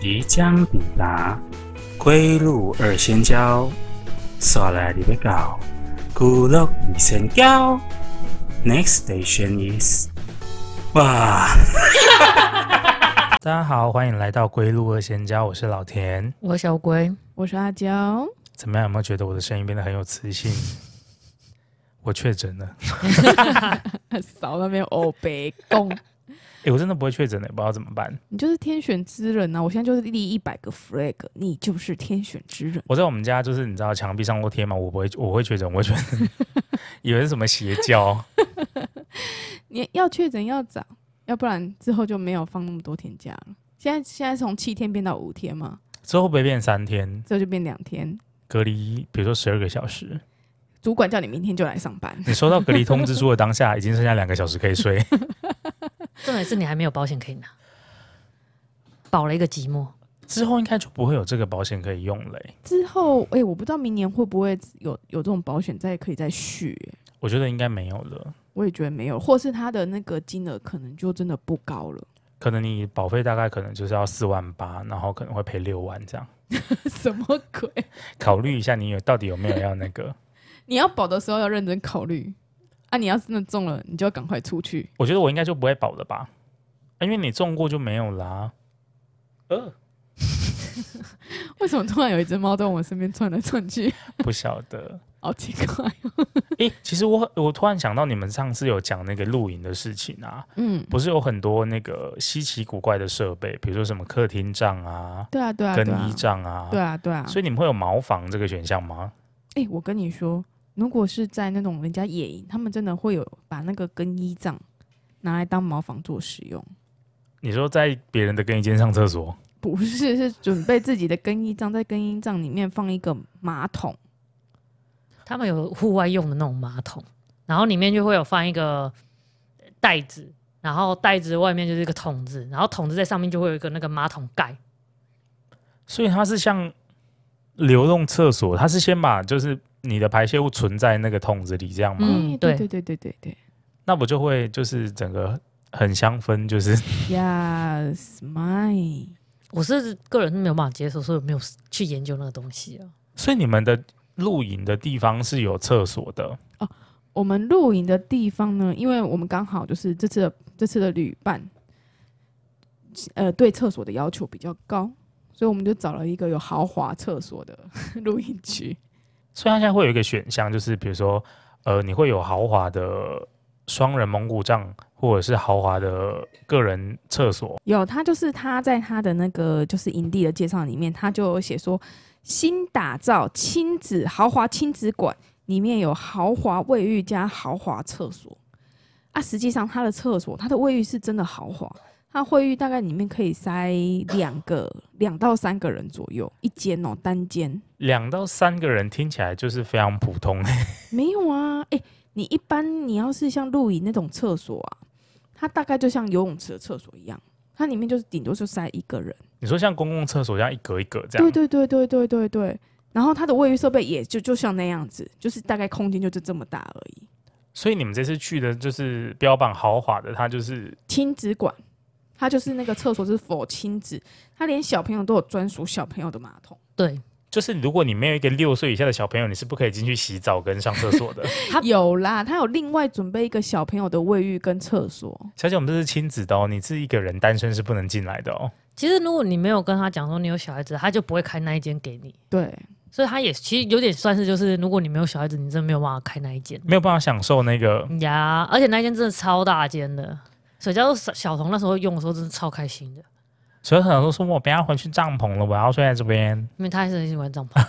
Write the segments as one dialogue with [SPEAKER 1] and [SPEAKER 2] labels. [SPEAKER 1] 即将抵达归路二仙交，刷来你要到古乐二仙交。Next station is，哇！大家好，欢迎来到归路二仙交，我是老田。
[SPEAKER 2] 我小龟，
[SPEAKER 3] 我是阿 娇，
[SPEAKER 1] 怎么样？有没有觉得我的声音变得很有磁性？ 我确诊了，
[SPEAKER 3] 少那边欧北贡，
[SPEAKER 1] 诶，我真的不会确诊的，不知道怎么办。
[SPEAKER 3] 你就是天选之人啊呐、我现在就是立一百个 flag，你就是天选之人。
[SPEAKER 1] 我在我们家就是你知道墙壁上都贴嘛，我不会，我会确诊，我会确诊， 以为是什么邪教。
[SPEAKER 3] 你要确诊要早，要不然之后就没有放那么多天假了。现在现在从七天变到五天嘛，
[SPEAKER 1] 之后会不会变三天
[SPEAKER 3] 之后就变两天。
[SPEAKER 1] 隔离？比如说十二个小时，
[SPEAKER 3] 主管叫你明天就来上班，
[SPEAKER 1] 你收到隔离通知书的当下，已经剩下两个小时可以睡。
[SPEAKER 2] 重点是你还没有保险可以拿，保了一个寂寞。
[SPEAKER 1] 之后应该就不会有这个保险可以用嘞、
[SPEAKER 3] 之后哎、我不知道明年会不会有有这种保险再可以再续、欸
[SPEAKER 1] 我觉得应该没有了，
[SPEAKER 3] 我也觉得没有，或是他的那个金额可能就真的不高了。
[SPEAKER 1] 可能你保费大概可能就是要四万八，然后可能会赔六万这样。
[SPEAKER 3] 什么鬼？
[SPEAKER 1] 考虑一下你有到底有没有要那个。
[SPEAKER 3] 你要保的时候要认真考虑啊！你要真的中了，你就要赶快出去。
[SPEAKER 1] 我觉得我应该就不会保了吧，因为你中过就没有啦。呃，
[SPEAKER 3] 为什么突然有一只猫在我身边窜来窜去？
[SPEAKER 1] 不晓得。
[SPEAKER 3] 好奇怪。哦
[SPEAKER 1] 诶、其实我我突然想到，你们上次有讲那个露营的事情啊，
[SPEAKER 3] 嗯，
[SPEAKER 1] 不是有很多那个稀奇古怪的设备，比如说什么客厅帐啊、
[SPEAKER 3] 对啊，对啊，
[SPEAKER 1] 更
[SPEAKER 3] 对啊
[SPEAKER 1] 衣，帐啊，
[SPEAKER 3] 对啊，对啊。
[SPEAKER 1] 所以你们会有茅房这个选项吗？
[SPEAKER 3] 哎、我跟你说，如果是在那种人家野营，他们真的会有把那个更衣帐拿来当茅房做使用，
[SPEAKER 1] 你说在别人的更衣间上厕所，
[SPEAKER 3] 不是是准备自己的更衣帐，在更衣帐里面放一个马桶。
[SPEAKER 2] 他们有户外用的那种马桶，然后里面就会有放一个袋子，然后袋子外面就是一个桶子，然后桶子在上面就会有一个那个马桶盖。
[SPEAKER 1] 所以它是像流动厕所，它是先把就是你的排泄物存在那个桶子里这样吗？
[SPEAKER 2] 嗯
[SPEAKER 3] 哎
[SPEAKER 2] 对
[SPEAKER 3] 对对对对对
[SPEAKER 1] 那不就会就是整个很香氛，就是
[SPEAKER 3] ，Yes, my。
[SPEAKER 2] 我是个人是没有办法接受，所以我没有去研究那个东西啊。
[SPEAKER 1] 所以你们的露营的地方是有厕所的，
[SPEAKER 3] 我们露营的地方呢，因为我们刚好就是这次的这次的旅伴，呃，对厕所的要求比较高，所以我们就找了一个有豪华厕所的 露营区。
[SPEAKER 1] 所以它现在会有一个选项，就是比如说呃，你会有豪华的双人蒙古帐，或者是豪华的个人厕所。
[SPEAKER 3] 有，他就是他在他的那个就是营地的介绍里面，他就有写说新打造亲子豪华亲子馆，里面有豪华卫浴加豪华厕所。啊，实际上他的厕所，他的卫浴是真的豪华，他卫浴大概里面可以塞两个两到三个人左右，一间哦，单间。
[SPEAKER 1] 两到三个人听起来就是非常普通，欸
[SPEAKER 3] 没有啊，哎、你一般你要是像露营那种厕所啊，它大概就像游泳池的厕所一样，它里面就是顶多就塞一个人。
[SPEAKER 1] 你说像公共厕所这样一格一格这样，
[SPEAKER 3] 对对对对对对对。然后它的卫浴设备也就就像那样子，就是大概空间就是这么大而已。
[SPEAKER 1] 所以你们这次去的就是标榜豪华的，它就是
[SPEAKER 3] 亲子馆，它就是那个厕所是否亲子，它连小朋友都有专属小朋友的马桶。
[SPEAKER 2] 对，
[SPEAKER 1] 就是如果你没有一个六岁以下的小朋友，你是不可以进去洗澡跟上厕所的。
[SPEAKER 3] 它有啦，它有另外准备一个小朋友的卫浴跟厕所。
[SPEAKER 1] 小姐，我们这是亲子的哦，你是一个人单身是不能进来的哦。
[SPEAKER 2] 其实如果你没有跟他讲说你有小孩子，他就不会开那一间给你。
[SPEAKER 3] 对，
[SPEAKER 2] 所以他也其实有点算是就是，如果你没有小孩子，你真的没有办法开那一间。
[SPEAKER 1] 没有办法享受那个，
[SPEAKER 2] 呀，而且那一间真的超大间的，所以叫做小小童那时候用的时候真的超开心的，
[SPEAKER 1] 所以很多人都说我不要回去帐篷了，我要睡在这边。
[SPEAKER 2] 因为他还是很喜欢帐 篷。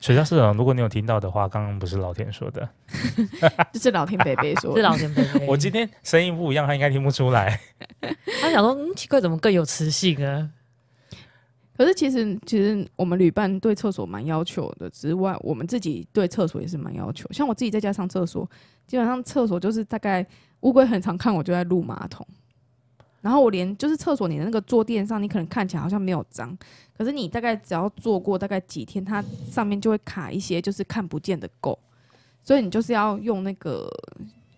[SPEAKER 1] 水下市长，如果你有听到的话，刚刚不是老田说的，
[SPEAKER 3] 就是老天伯伯说
[SPEAKER 2] 是
[SPEAKER 3] 的，
[SPEAKER 2] 老前辈，
[SPEAKER 1] 我今天声音不一样，他应该听不出来。
[SPEAKER 2] 他想说，嗯，奇怪，怎么更有磁性啊？
[SPEAKER 3] 可是其实其实我们旅伴对厕所蛮要求的之外，我们自己对厕所也是蛮要求。像我自己在家上厕所，基本上厕所就是大概乌龟很常看我就在撸马桶，然后我连就是厕所你的那个坐垫上，你可能看起来好像没有脏，可是你大概只要坐过大概几天，它上面就会卡一些就是看不见的垢，所以你就是要用那个。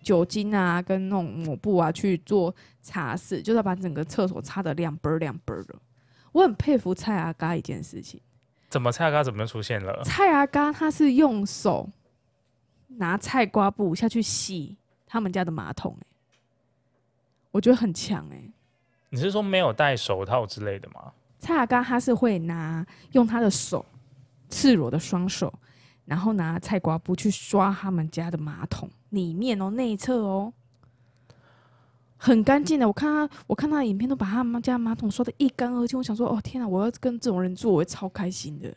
[SPEAKER 3] 酒精啊，跟那种抹布啊去做擦拭，就是要把整个厕所擦得亮啵儿亮啵儿的。我很佩服蔡阿嘎一件事情，
[SPEAKER 1] 怎么蔡阿嘎怎么又出现了？
[SPEAKER 3] 蔡阿嘎他是用手拿菜瓜布下去洗他们家的马桶、欸，我觉得很强哎、
[SPEAKER 1] 你是说没有戴手套之类的吗？
[SPEAKER 3] 蔡阿嘎他是会拿用他的手，赤裸的双手，然后拿菜瓜布去刷他们家的马桶里面哦，内侧哦，很干净的。我看他，我看他的影片都把他们家马桶刷的一干二净。我想说，哦天啊，我要跟这种人住，我会超开心的。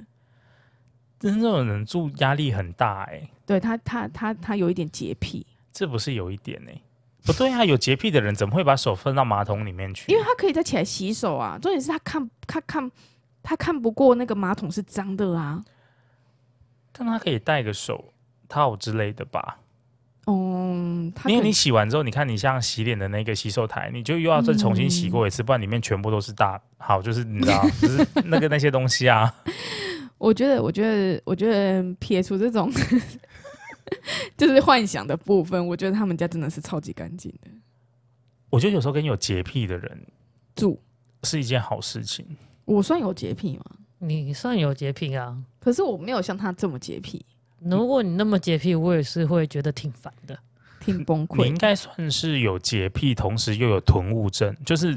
[SPEAKER 1] 真正的人住压力很大哎、
[SPEAKER 3] 对他，他他他有一点洁癖，
[SPEAKER 1] 这不是有一点哎、不对啊，有洁癖的人怎么会把手放到马桶里面去？
[SPEAKER 3] 因为他可以再起来洗手啊。重点是他看他看他看不过那个马桶是脏的啊。
[SPEAKER 1] 但他可以戴个手套之类的吧？
[SPEAKER 3] 嗯，他
[SPEAKER 1] 因为
[SPEAKER 3] 可
[SPEAKER 1] 你
[SPEAKER 3] 能
[SPEAKER 1] 洗完之后，你看你像洗脸的那个洗手台，你就又要再重新洗过一
[SPEAKER 3] 嗯
[SPEAKER 1] 次，不然里面全部都是大好，就是你知道，就是那个那些东西 啊。
[SPEAKER 3] 我觉得，我觉得，我觉得撇除这种 就是幻想的部分，我觉得他们家真的是超级干净的。
[SPEAKER 1] 我觉得有时候跟有洁癖的人
[SPEAKER 3] 住，
[SPEAKER 1] 是一件好事情。
[SPEAKER 3] 我算有洁癖吗？
[SPEAKER 2] 你算有洁癖啊。
[SPEAKER 3] 可是我没有像他这么洁癖，
[SPEAKER 2] 如果你那么洁癖，我也是会觉得挺烦的。
[SPEAKER 3] 挺崩
[SPEAKER 1] 你
[SPEAKER 3] 溃
[SPEAKER 1] 应。该算是有洁癖，同时又有囤物症，就是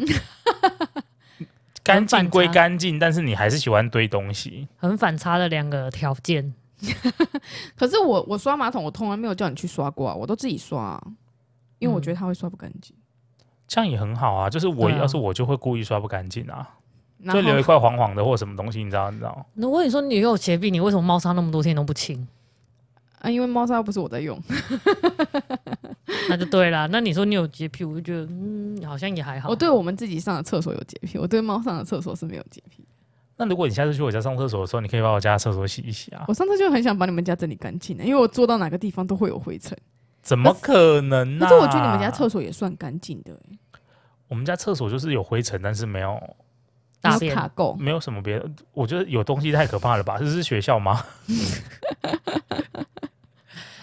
[SPEAKER 1] 干净归干净，但是你还是喜欢堆东西。
[SPEAKER 2] 很反差的两个条件，
[SPEAKER 3] 可是我我刷马桶，我从来没有叫你去刷过、啊，我都自己刷、啊，
[SPEAKER 1] 嗯
[SPEAKER 3] 因为我觉得他会刷不干净。
[SPEAKER 1] 这样也很好啊，就是我、
[SPEAKER 2] 对啊
[SPEAKER 1] 要是我就会故意刷不干净啊，
[SPEAKER 3] 嗯然
[SPEAKER 1] 就
[SPEAKER 3] 后
[SPEAKER 1] 留一块黄黄的或什么东西，你知道，你知道，
[SPEAKER 2] 那我跟你说，你有洁癖，你为什么猫砂那么多天都不清？
[SPEAKER 3] 啊，因为猫砂又不是我在用，
[SPEAKER 2] 那就对啦。那你说你有洁癖，我就觉得嗯，好像也还好。
[SPEAKER 3] 我哦对我们自己上的厕所有洁癖，我对猫上的厕所是没有洁癖。
[SPEAKER 1] 那如果你下次去我家上厕所的时候，你可以把我家的厕所洗一洗啊？
[SPEAKER 3] 我上次就很想把你们家整理干净的，欸因为我坐到哪个地方都会有灰尘。
[SPEAKER 1] 怎么可能呢、
[SPEAKER 3] 可
[SPEAKER 1] 啊？
[SPEAKER 3] 是我觉得你们家厕所也算干净的、欸，
[SPEAKER 1] 我们家厕所就是有灰尘，但是没有
[SPEAKER 2] 大
[SPEAKER 3] 没有
[SPEAKER 2] 便
[SPEAKER 3] 卡垢。
[SPEAKER 1] 没有什么别的。我觉得有东西太可怕了吧？这是学校 吗？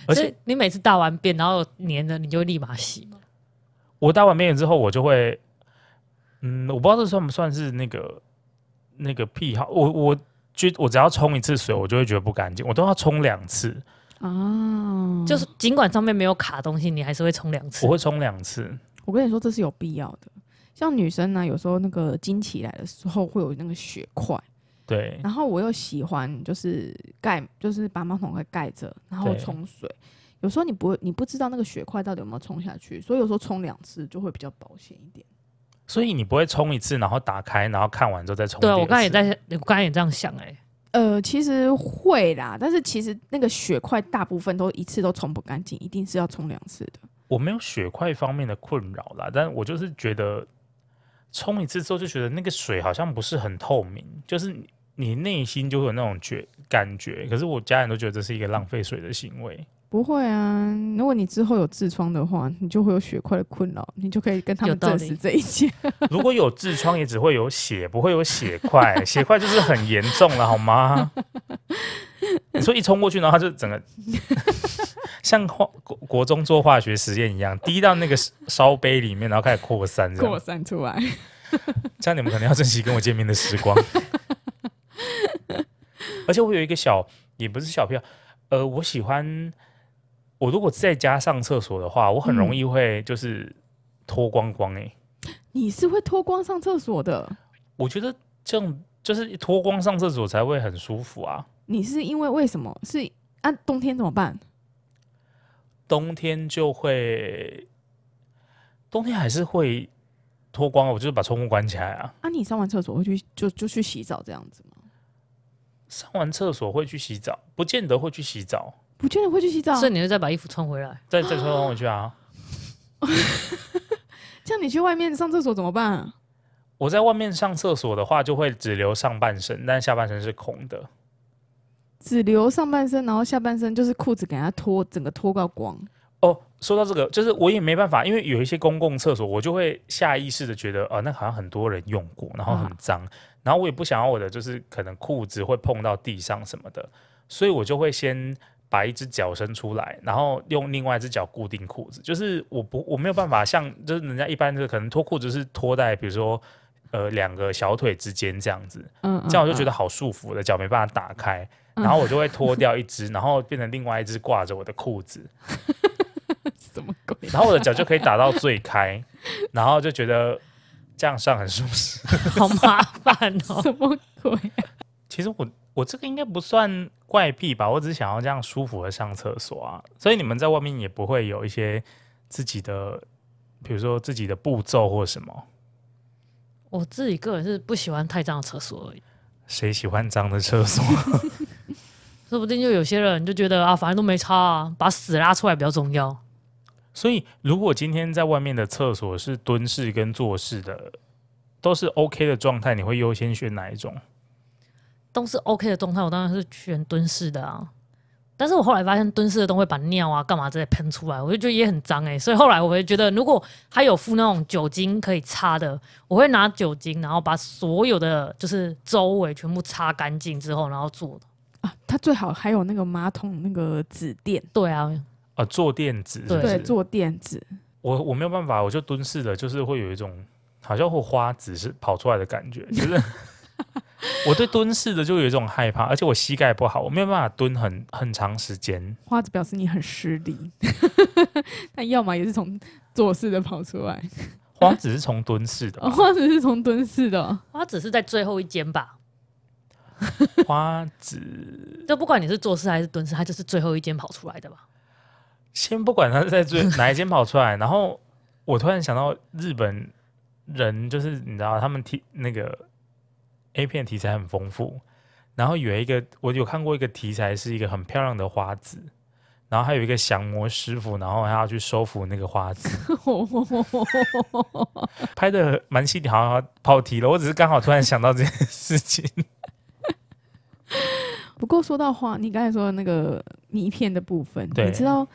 [SPEAKER 1] 而
[SPEAKER 2] 所
[SPEAKER 1] 且
[SPEAKER 2] 以你每次大完便，然后黏着，你就会立马洗嘛。
[SPEAKER 1] 我大完便之后，我就会，嗯，我不知道这算不算是那个那个癖好。我我觉我只要冲一次水，我就会觉得不干净，我都要冲两次，
[SPEAKER 3] 啊，
[SPEAKER 2] 嗯就是尽管上面没有卡东西，你还是会冲两
[SPEAKER 1] 嗯
[SPEAKER 2] 次
[SPEAKER 1] 我。会冲两次。
[SPEAKER 3] 我跟你说，这是有必要的。像女生呢，有时候那个经期来的时候会有那个血块，
[SPEAKER 2] 嗯
[SPEAKER 1] 对，
[SPEAKER 3] 然后我又喜欢就是盖，就是把马桶盖盖着，然后
[SPEAKER 1] 对
[SPEAKER 3] 冲水。有时候你不会，你不知道那个血块到底有没有冲下去，所以有时候冲两次就会比较保险一点。
[SPEAKER 1] 所以你不会冲一次，然后打开，然后看完之后再冲第
[SPEAKER 2] 对
[SPEAKER 1] 二
[SPEAKER 2] 啊，
[SPEAKER 1] 次。
[SPEAKER 2] 我刚才也在，我刚才也这样想哎、
[SPEAKER 3] 呃，其实会啦，但是其实那个血块大部分都一次都冲不干净，一定是要冲两次的。
[SPEAKER 1] 我没有血块方面的困扰啦，但我就是觉得冲一次之后就觉得那个水好像不是很透明，就是你你内心就会有那种觉感觉。可是我家人都觉得这是一个浪费水的行为。
[SPEAKER 3] 不会啊，如果你之后有痔疮的话，你就会有血块的困扰，你就可以跟他们
[SPEAKER 2] 有道
[SPEAKER 3] 证
[SPEAKER 2] 理
[SPEAKER 3] 实这一 切。
[SPEAKER 1] 如果有痔疮，也只会有血，不会有血块， 血块就是很严重了，好吗？你说一冲过去，然后它就整个 像化国国中做化学实验一样，滴到那个烧杯里面，然后开始扩散，这
[SPEAKER 3] 扩
[SPEAKER 1] 样，
[SPEAKER 3] 散出来。
[SPEAKER 1] 这样你们可能要珍惜跟我见面的时光。而且我有一个小，也不是小票，呃，我喜欢我如果在家上厕所的话，我很容易会就是脱光光诶、
[SPEAKER 3] 你是会脱光上厕所的？
[SPEAKER 1] 我觉得这样就是脱光上厕所才会很舒服啊。
[SPEAKER 3] 你是因为为什么？是啊，冬天怎么办？
[SPEAKER 1] 冬天就会，冬天还是会脱光啊，我就是把窗户关起来啊。
[SPEAKER 3] 啊，你上完厕所会去就就去洗澡这样子吗？
[SPEAKER 1] 上完厕所会去洗澡，不见得会去洗澡，
[SPEAKER 3] 不见得会去洗澡啊，
[SPEAKER 2] 所以你就再把衣服穿回来。
[SPEAKER 1] 再再穿回去啊。
[SPEAKER 3] 像你去外面上厕所怎么办啊？
[SPEAKER 1] 我在外面上厕所的话，就会只留上半身，但下半身是空的。
[SPEAKER 3] 只留上半身，然后下半身就是裤子给它脱，整个脱到光。
[SPEAKER 1] 哦，说到这个，就是我也没办法，因为有一些公共厕所，我就会下意识的觉得，呃，那好像很多人用过，然后很
[SPEAKER 3] 嗯
[SPEAKER 1] 脏，然后我也不想要我的就是可能裤子会碰到地上什么的，所以我就会先把一只脚伸出来，然后用另外一只脚固定裤子，就是我不我没有办法像就是人家一般就是可能脱裤子是脱在比如说呃两个小腿之间这样子，
[SPEAKER 3] 嗯，嗯
[SPEAKER 1] 这样我就觉得
[SPEAKER 3] 嗯
[SPEAKER 1] 好束缚，我的脚没办法打开，
[SPEAKER 3] 嗯
[SPEAKER 1] 然后我就会脱掉一只，然后变成另外一只挂着我的裤子，
[SPEAKER 3] 什么鬼？
[SPEAKER 1] 然后我的脚就可以打到最开，然后就觉得这样上很舒适。
[SPEAKER 2] 好麻烦哦。
[SPEAKER 3] 什么鬼？
[SPEAKER 1] 其实我我这个应该不算怪癖吧，我只是想要这样舒服的上厕所啊。所以你们在外面也不会有一些自己的，比如说自己的步骤或什么。
[SPEAKER 2] 我自己个人是不喜欢太脏的厕所而已，
[SPEAKER 1] 谁喜欢脏的厕所？
[SPEAKER 2] 说不定就有些人就觉得啊，反正都没差啊，把屎拉出来比较重要。
[SPEAKER 1] 所以如果今天在外面的厕所是蹲式跟坐式的，都是 OK 的状态，你会优先选哪一种？
[SPEAKER 2] 都是 OK 的状态，我当然是选蹲式的啊。但是我后来发现蹲式的都会把尿啊干嘛之类喷出来，我就觉得也很脏哎、所以后来我会觉得，如果它有附那种酒精可以擦的，我会拿酒精，然后把所有的就是周围全部擦干净之后，然后做的。
[SPEAKER 3] 啊，它最好还有那个马桶那个纸垫，
[SPEAKER 2] 对啊，
[SPEAKER 1] 啊，坐垫子是不
[SPEAKER 2] 对
[SPEAKER 1] 是
[SPEAKER 3] 对，坐垫子，
[SPEAKER 1] 我我没有办法，我就蹲式的，就是会有一种好像会花子是跑出来的感觉，就是 我对蹲式的就有一种害怕，而且我膝盖不好，我没有办法蹲很很长时间。
[SPEAKER 3] 花子表示你很失礼， 那要么也是从坐式的跑出来，
[SPEAKER 1] 花子是从蹲式的吧
[SPEAKER 3] 哦、，花子是从蹲式的 哦、
[SPEAKER 2] 它只是在最后一间吧，
[SPEAKER 1] 花子
[SPEAKER 2] 就不管你是坐式还是蹲式，它就是最后一间跑出来的 吧。
[SPEAKER 1] 先不管他在最 哪一间跑出来，然后我突然想到日本人就是你知道他们题那个 A 片题材很丰富，然后有一个我有看过一个题材是一个很漂亮的花子，然后还有一个降魔师傅，然后他要去收服那个花子， 拍的蛮细腻，好像跑题了。我只是刚好突然想到这件事情，
[SPEAKER 3] 不过说到花，你刚才说的那个泥片的部分，
[SPEAKER 1] 对
[SPEAKER 3] 你知道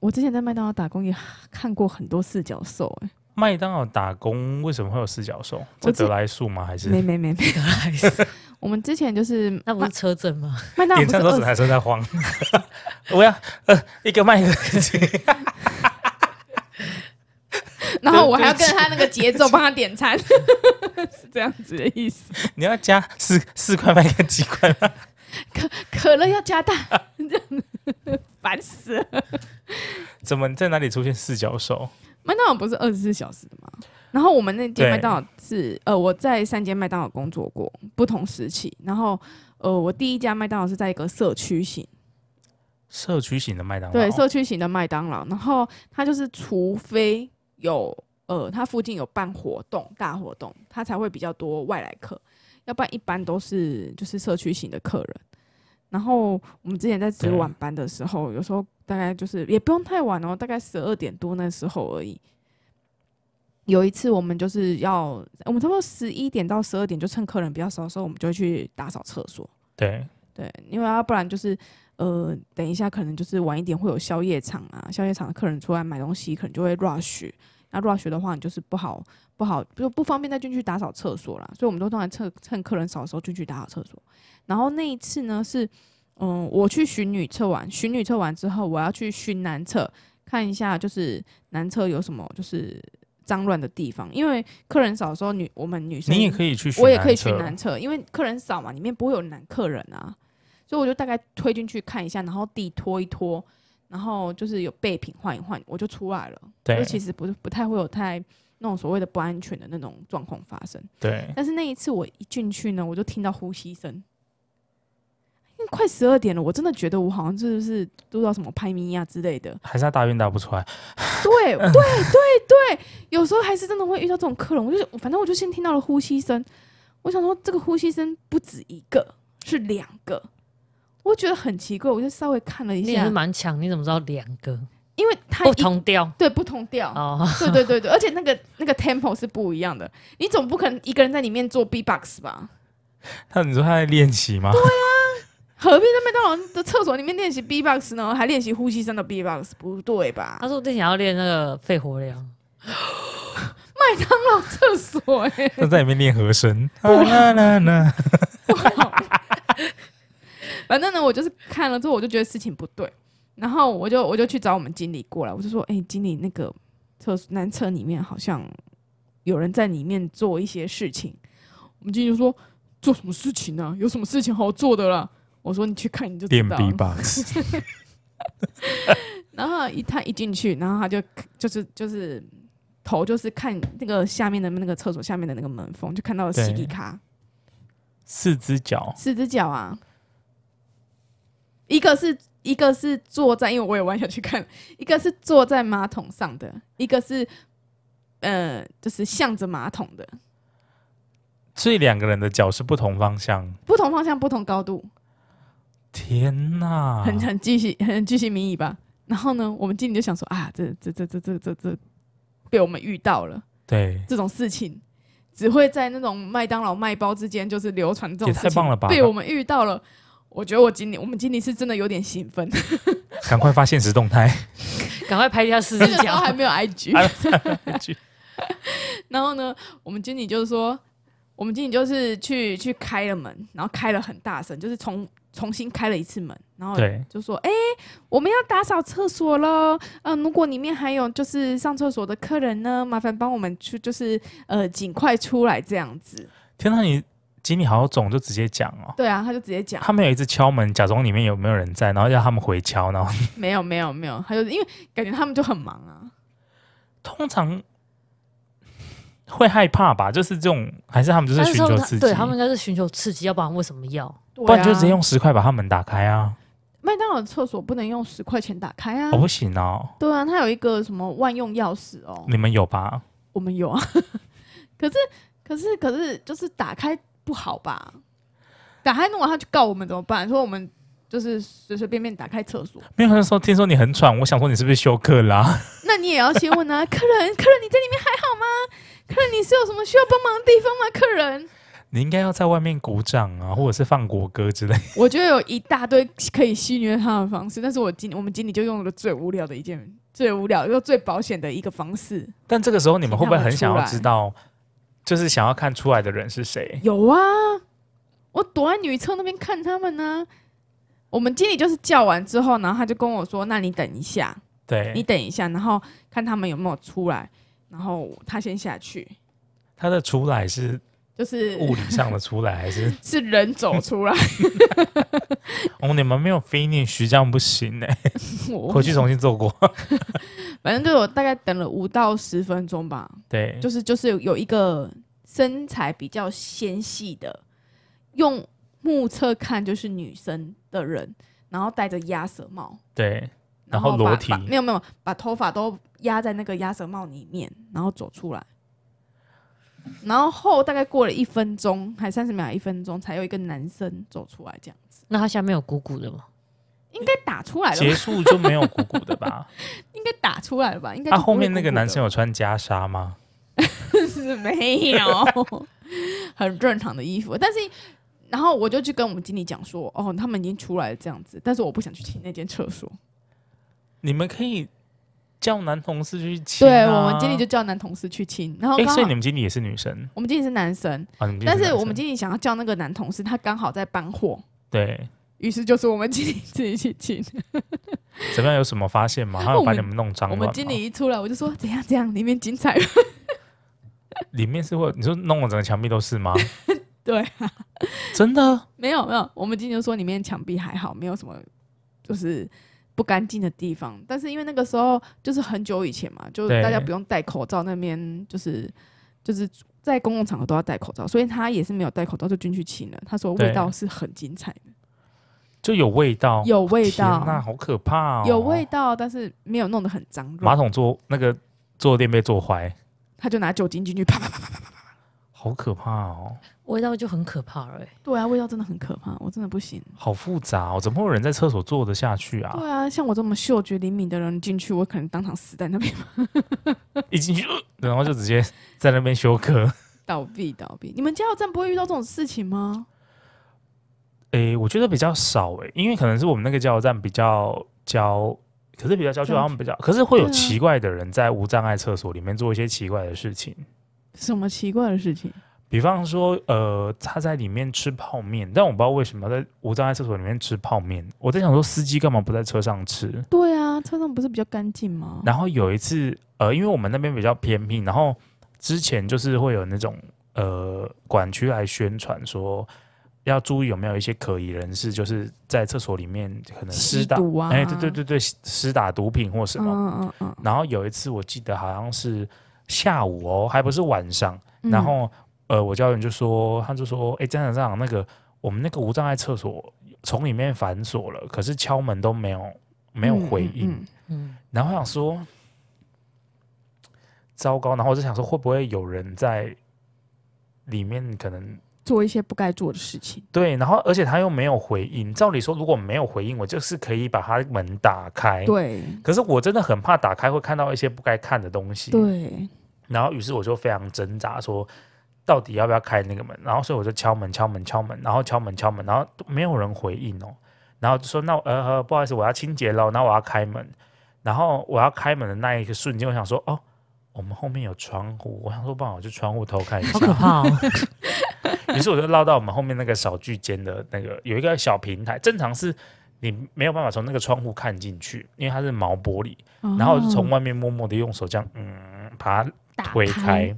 [SPEAKER 3] 我之前在麦当劳打工也看过很多四角兽、欸，
[SPEAKER 1] 麦当劳打工为什么会有四角兽？这
[SPEAKER 3] 我记
[SPEAKER 1] 得来速吗？还是
[SPEAKER 3] 没没没没，我们之前就是
[SPEAKER 2] 那不
[SPEAKER 3] 麦
[SPEAKER 2] 是车震 吗？
[SPEAKER 3] 麦当
[SPEAKER 1] 点
[SPEAKER 3] 劳不是
[SPEAKER 1] 餐都
[SPEAKER 3] 二
[SPEAKER 1] 只
[SPEAKER 3] 十
[SPEAKER 1] 还是在慌？ 我要呃一个麦克 鸡。
[SPEAKER 3] 然后我还要跟他那个节奏帮他点 餐， 是这样子的意思。
[SPEAKER 1] 你要加四四块麦跟几块麦？
[SPEAKER 3] 可乐要加大， 这样子烦死了。
[SPEAKER 1] 怎么在哪里出现四角兽？
[SPEAKER 3] 麦当劳不是二十四小时的吗？然后我们那间
[SPEAKER 1] 对
[SPEAKER 3] 麦当劳是呃，我在三间麦当劳工作过，不同时期。然后呃，我第一家麦当劳是在一个社区型，
[SPEAKER 1] 社区型的麦当劳，
[SPEAKER 3] 对，社区型的麦当劳。然后它就是除非有呃，它附近有办活动、大活动，它才会比较多外来客，要不然一般都是就是社区型的客人。然后我们之前在值
[SPEAKER 1] 对
[SPEAKER 3] 晚班的时候，有时候大概就是也不用太晚哦，大概十二点多那时候而已。有一次我们就是要，我们差不多十一点到十二点，就趁客人比较少的时候，我们就会去打扫厕所。
[SPEAKER 1] 对
[SPEAKER 3] 对，因为要不然就是呃，等一下可能就是晚一点会有宵夜场啊，宵夜场的客人出来买东西，可能就会 rush。那 rush 的话，你就是不好不好就不方便再进去打扫厕所啦，所以我们都当然趁趁客人少的时候进去打扫厕所。然后那一次呢是，嗯，我去巡女厕完，巡女厕完之后，我要去巡男厕，看一下就是男厕有什么就是脏乱的地方，因为客人少的时候女我们女生
[SPEAKER 1] 你也可以去，
[SPEAKER 3] 我也可以去男。厕，因为客人少嘛，里面不会有男客人啊，所以我就大概推进去看一下，然后地拖一拖，然后就是有备品换一换，我就出来了。
[SPEAKER 1] 对
[SPEAKER 3] 就其实不是不太会有太那种所谓的不安全的那种状况发生。
[SPEAKER 1] 对，
[SPEAKER 3] 但是那一次我一进去呢，我就听到呼吸声，因为快十二点了，我真的觉得我好像就是不知道什么拍咪呀之类的，
[SPEAKER 1] 还是他大便大不出来，
[SPEAKER 3] 对
[SPEAKER 2] 嗯
[SPEAKER 3] 对对对，有时候还是真的会遇到这种客人，我就反正我就先听到了呼吸声，我想说这个呼吸声不止一个，是两个，我觉得很奇怪，我就稍微看了一
[SPEAKER 2] 你也
[SPEAKER 3] 下
[SPEAKER 2] 是，蛮强，你怎么知道两个
[SPEAKER 3] 因为它
[SPEAKER 2] 不
[SPEAKER 3] 一
[SPEAKER 2] 同调？
[SPEAKER 3] 对不同调，
[SPEAKER 2] 哦，
[SPEAKER 3] 对对对对，而且那个那个 tempo 是不一样的，你总不可能一个人在里面做 B-box 吧？
[SPEAKER 1] 那你说他在练习吗？
[SPEAKER 3] 何必在麦当劳的厕所里面练习 B-box 呢？还练习呼吸声的 B-box，不对吧
[SPEAKER 2] 他？说不定想要练那个肺活量。
[SPEAKER 3] 麦当劳厕所、欸，
[SPEAKER 1] 那在里面练和声，啦啦啦，
[SPEAKER 3] 反正呢，我就是看了之后，我就觉得事情不对，然后我就我就去找我们经理过来，我就说，哎、经理，那个厕所男厕里面好像有人在里面做一些事情。我们进去就说做什么事情呢、有什么事情好做的啦？我说你去看你就知
[SPEAKER 4] 练
[SPEAKER 3] 道
[SPEAKER 4] B
[SPEAKER 3] 了。
[SPEAKER 4] box，
[SPEAKER 3] 然后一他一进去，然后他就就是就是头就是看那个下面的那个厕所下面的那个门缝，就看到了
[SPEAKER 4] 对
[SPEAKER 3] 洗力卡
[SPEAKER 4] 四只脚，
[SPEAKER 3] 四只脚啊，一个是一个是坐在，因为我也弯下去看，一个是坐在马桶上的，一个是呃就是向着马桶的，
[SPEAKER 1] 所以两个人的脚是不同方向。
[SPEAKER 3] 不同方向不同高度，
[SPEAKER 1] 天哪，
[SPEAKER 3] 很很具细很具细民意吧。然后呢，我们经理就想说啊，这这这这这这这被我们遇到了。
[SPEAKER 1] 对，
[SPEAKER 3] 这种事情，只会在那种麦当劳卖包之间就是流传这种
[SPEAKER 1] 也
[SPEAKER 3] 事
[SPEAKER 1] 太
[SPEAKER 3] 情，
[SPEAKER 1] 棒了吧
[SPEAKER 3] 被我们遇到了。我觉得我今年我们今年是真的有点兴奋，
[SPEAKER 1] 赶快发现实动 态。
[SPEAKER 2] 赶快拍一下四
[SPEAKER 3] 那
[SPEAKER 2] 只
[SPEAKER 3] 个时
[SPEAKER 2] 脚
[SPEAKER 3] 候。还没 有 IG，、然后呢，我们经理就是说，我们经理就是去去开了门，然后开了很大声，就是重重新开了一次门，然后
[SPEAKER 1] 对，
[SPEAKER 3] 就说：“哎、我们要打扫厕所喽。嗯、如果里面还有就是上厕所的客人呢，麻烦帮我们去，就是呃，尽快出来这样子。
[SPEAKER 1] 天哪，你经理好肿就直接讲”哦。
[SPEAKER 3] 对啊，他就直接讲。
[SPEAKER 1] 他们有一次敲门，假装里面有没有人在，然后要他们回敲，然后
[SPEAKER 3] 没有没有没有，他就是因为感觉他们就很忙啊，
[SPEAKER 1] 通常会害怕吧，就是这种，还是他们啊就是
[SPEAKER 2] 但是
[SPEAKER 1] 寻
[SPEAKER 2] 他
[SPEAKER 1] 求
[SPEAKER 2] 们
[SPEAKER 1] 刺激，
[SPEAKER 2] 对他们应该是寻求刺激，要不然为什么要？
[SPEAKER 3] 对
[SPEAKER 1] 不然就
[SPEAKER 3] 啊
[SPEAKER 1] 直接用十块把他门打开啊！
[SPEAKER 3] 麦当劳的厕所不能用十块钱打开啊
[SPEAKER 1] 哦，，不行哦，
[SPEAKER 3] 对啊，它有一个什么万用钥匙哦，
[SPEAKER 1] 你们有吧？
[SPEAKER 3] 我们有啊， 可是可是可是就是打开不好吧？打开弄完他就告我们怎么办？说我们就是随随便便打开厕所，
[SPEAKER 1] 没有他就说，听说你很喘，我想说你是不是休克啊啦、
[SPEAKER 3] 那你也要先问啊，客人客人你在里面还好吗？客人你是有什么需要帮忙的地方吗？客人，
[SPEAKER 1] 你应该要在外面鼓掌啊，或者是放国歌之类。
[SPEAKER 3] 我觉得有一大堆可以戏虐他的方式，但是我经我们经理就用了最无聊的一件、最无聊又最保险的一个方式。
[SPEAKER 1] 但这个时候你们会不会很想要
[SPEAKER 3] 请他们出来
[SPEAKER 1] 知道，就是想要看出来的人是谁？
[SPEAKER 3] 有啊，我躲在女厕那边看他们呢、我们经理就是叫完之后，然后他就跟我说：“那你等一下，
[SPEAKER 1] 对，
[SPEAKER 3] 你等一下，然后看他们有没有出来。”然后他先下去，
[SPEAKER 1] 他的出来是
[SPEAKER 3] 就是
[SPEAKER 1] 物理上的出来，还是
[SPEAKER 3] 是人走出来。
[SPEAKER 1] 哦你们没有 finish 这样不行欸呢、
[SPEAKER 3] 我
[SPEAKER 1] 回去重新做过。
[SPEAKER 3] 反正对我大概等了五到十分钟吧，
[SPEAKER 1] 对，
[SPEAKER 3] 就是就是有一个身材比较纤细的，用目测看就是女生的人，然后戴着鸭舌帽，
[SPEAKER 1] 对，然后
[SPEAKER 3] 后
[SPEAKER 1] 裸
[SPEAKER 3] 把
[SPEAKER 1] 体
[SPEAKER 3] 把没有没有把头发都压在那个鸭舌帽里面，然后走出来。然后后大概过了一分钟，还三十秒，一分钟才有一个男生走出来，这样子
[SPEAKER 2] 那他下面有鼓鼓的吗？
[SPEAKER 3] 应该打出来了
[SPEAKER 1] 结
[SPEAKER 3] 吧，
[SPEAKER 1] 束就没有鼓鼓的 吧？
[SPEAKER 3] 应该打出来了吧？应该
[SPEAKER 1] 他、
[SPEAKER 3] 就不
[SPEAKER 1] 后
[SPEAKER 3] 会
[SPEAKER 1] 面那
[SPEAKER 3] 鼓
[SPEAKER 1] 个
[SPEAKER 3] 鼓
[SPEAKER 1] 男
[SPEAKER 3] 的
[SPEAKER 1] 生有穿袈裟吗？
[SPEAKER 3] 是没有，很正常的衣服。但是，然后我就去跟我们经理讲说，哦，他们已经出来了这样子，但是我不想去清那间厕所。
[SPEAKER 1] 你们可以叫男同事去亲、啊。
[SPEAKER 3] 对我们经理就叫男同事去清，然后
[SPEAKER 1] 哎、
[SPEAKER 3] 刚好、
[SPEAKER 1] 所以你们经理也是女生
[SPEAKER 3] 我们经理是男生，
[SPEAKER 1] 啊？你们经理
[SPEAKER 3] 但
[SPEAKER 1] 是
[SPEAKER 3] 是
[SPEAKER 1] 男
[SPEAKER 3] 我们
[SPEAKER 1] 生
[SPEAKER 3] 经理想要叫那个男同事，他刚好在搬货，
[SPEAKER 1] 对
[SPEAKER 3] 于是就是我们经理自己去清。
[SPEAKER 1] 怎么样？有什么发现吗？他有
[SPEAKER 3] 我
[SPEAKER 1] 把
[SPEAKER 3] 们
[SPEAKER 1] 你们弄脏
[SPEAKER 3] 我
[SPEAKER 1] 乱
[SPEAKER 3] 们
[SPEAKER 1] 吗
[SPEAKER 3] 经理一出来，我就说怎样怎样，里面精彩。
[SPEAKER 1] 里面是会，你说弄了整个墙壁都是吗？
[SPEAKER 3] 对、
[SPEAKER 1] 真的？
[SPEAKER 3] 没有没有，我们今天就说里面墙壁还好，没有什么就是不干净的地方。但是因为那个时候就是很久以前嘛，就
[SPEAKER 1] 对
[SPEAKER 3] 大家不用戴口罩，那边就是就是在公共场合都要戴口罩，所以他也是没有戴口罩就进去亲了。他说
[SPEAKER 1] 对
[SPEAKER 3] 味道是很精彩的，
[SPEAKER 1] 就有味道，
[SPEAKER 3] 有味
[SPEAKER 1] 那
[SPEAKER 3] 道，
[SPEAKER 1] 好可怕哦！
[SPEAKER 3] 有味，道，但是没有弄得很脏
[SPEAKER 1] 马
[SPEAKER 3] 乱。
[SPEAKER 1] 桶坐那个坐垫被坐坏，
[SPEAKER 3] 他就拿酒精进去啪啪啪啪。
[SPEAKER 1] 好可怕哦！
[SPEAKER 2] 味道就很可怕了、欸。
[SPEAKER 3] 对啊，味道真的很可怕，我真的不行。
[SPEAKER 1] 好复杂哦，怎么会有人在厕所坐得下去啊？
[SPEAKER 3] 对啊，像我这么嗅觉灵敏的人进去，我可能当场死在那边
[SPEAKER 1] 一进去，呃 然后就直接在那边休克。
[SPEAKER 3] 倒闭倒闭。你 们加油站不会遇到这种事情吗？
[SPEAKER 1] 诶、我觉得比较少诶、因为可能是我们那个加油站比较郊，可是比较郊区，
[SPEAKER 3] 郊区
[SPEAKER 1] 他们比较，可是会有
[SPEAKER 3] 对啊
[SPEAKER 1] 奇怪的人在无障碍厕所里面做一些奇怪的事情，
[SPEAKER 3] 什么奇怪的事情？
[SPEAKER 1] 比方说，呃，他在里面吃泡面，但我不知道为什么在无障碍厕所里面吃泡面。我在想说，司机干嘛不在车上吃？
[SPEAKER 3] 对啊，车上不是比较干净吗？
[SPEAKER 1] 然后有一次，呃，因为我们那边比较偏僻，然后之前就是会有那种呃管区来宣传说。要注意有没有一些可疑人士，就是在厕所里面可能
[SPEAKER 3] 吸
[SPEAKER 1] 施打，
[SPEAKER 3] 毒啊，
[SPEAKER 1] 哎、对对对对，施打毒品或什么。
[SPEAKER 3] 嗯嗯嗯
[SPEAKER 1] 然后有一次我记得好像是下午哦，还不是晚上。
[SPEAKER 3] 嗯，
[SPEAKER 1] 然后呃，我教练就说，他就说，哎，站长站长，那个我们那个无障碍厕所从里面反锁了，可是敲门都没有没有回应。
[SPEAKER 3] 嗯嗯嗯
[SPEAKER 2] 嗯，
[SPEAKER 1] 然后我想说，糟糕！然后我就想说，会不会有人在里面可能
[SPEAKER 3] 做一些不该做的事情。
[SPEAKER 1] 对？然后而且他又没有回应。照理说，如果没有回应，我就是可以把他门打开。
[SPEAKER 3] 对
[SPEAKER 1] 可是我真的很怕打开会看到一些不该看的东西。
[SPEAKER 3] 对，
[SPEAKER 1] 然后于是我就非常挣扎，说到底要不要开那个门？然后所以我就敲门、敲门、敲门，然后敲门、敲门，然后都没有人回应哦。然后就说那我呃呃不好意思，我要清洁喽，然后我要开门。然后我要开门的那一个瞬间，我想说哦，我们后面有窗户，我想说不然我去窗户偷看一
[SPEAKER 2] 好可
[SPEAKER 1] 下。
[SPEAKER 2] 怕哦！
[SPEAKER 1] 于是我就绕到我们后面那个小巨间的那个有一个小平台，正常是你没有办法从那个窗户看进去，因为它是毛玻璃。然后我就从
[SPEAKER 3] 哦
[SPEAKER 1] 外面默默的用手这样，嗯，把它
[SPEAKER 3] 打
[SPEAKER 1] 推开，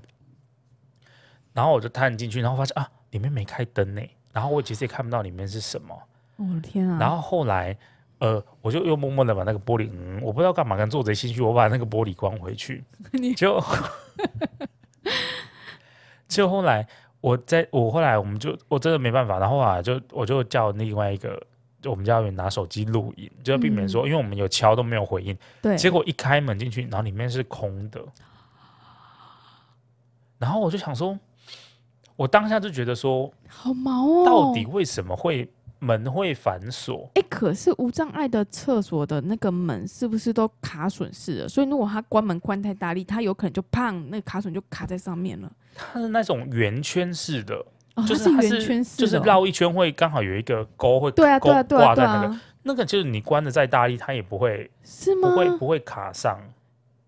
[SPEAKER 1] 然后我就探进去，然后发现啊，里面没开灯呢。然后我其实也看不到里面是什么。
[SPEAKER 3] 我的天啊！
[SPEAKER 1] 然后后来，呃，我就又默默的把那个玻璃，嗯，我不知道干嘛，跟做贼心虚，我把那个玻璃关回 去。就就后来，我在我后来我们就我真的没办法，然后啊，就我就叫另外一个。就我们教员拿手机录影，就避免
[SPEAKER 3] 嗯
[SPEAKER 1] 说，因为我们有敲都没有回应，
[SPEAKER 3] 对，
[SPEAKER 1] 结果一开门进去，然后里面是空的，然后我就想说，我当下就觉得说，
[SPEAKER 3] 好毛哦！
[SPEAKER 1] 到底为什么会门会反锁？
[SPEAKER 3] 哎、可是无障碍的厕所的那个门是不是都卡损失了？所以如果它关门关太大力，它有可能就砰，那个卡损就卡在上面了。
[SPEAKER 1] 它是那种圆圈式的，
[SPEAKER 3] 哦，
[SPEAKER 1] 就
[SPEAKER 3] 它
[SPEAKER 1] 它
[SPEAKER 3] 圆圈式的
[SPEAKER 1] 就是
[SPEAKER 3] 哦
[SPEAKER 1] 绕一圈会刚好有一个钩会
[SPEAKER 3] 对啊
[SPEAKER 1] 钩
[SPEAKER 3] 对啊对
[SPEAKER 1] 挂
[SPEAKER 3] 啊
[SPEAKER 1] 在
[SPEAKER 3] 对
[SPEAKER 1] 那个，
[SPEAKER 3] 啊，
[SPEAKER 1] 那个就是你关的再大力，它也不会
[SPEAKER 3] 是吗
[SPEAKER 1] 不？会不会卡上。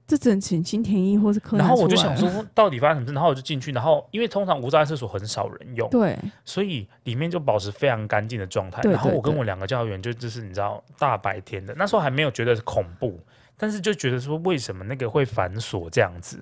[SPEAKER 3] 这只能请新田一或是柯南
[SPEAKER 1] 然后我
[SPEAKER 3] 出
[SPEAKER 1] 就
[SPEAKER 3] 来
[SPEAKER 1] 想
[SPEAKER 3] 了，
[SPEAKER 1] 说，到底发生什么事？然后我就进去，然后因为通常无障碍厕所很少人用，
[SPEAKER 3] 对，
[SPEAKER 1] 所以里面就保持非常干净的状态。
[SPEAKER 3] 对
[SPEAKER 1] 然后
[SPEAKER 3] 对
[SPEAKER 1] 我跟
[SPEAKER 3] 对
[SPEAKER 1] 我两个教员就就是你知道大白天的，那时候还没有觉得恐怖，但是就觉得说为什么那个会反锁这样子。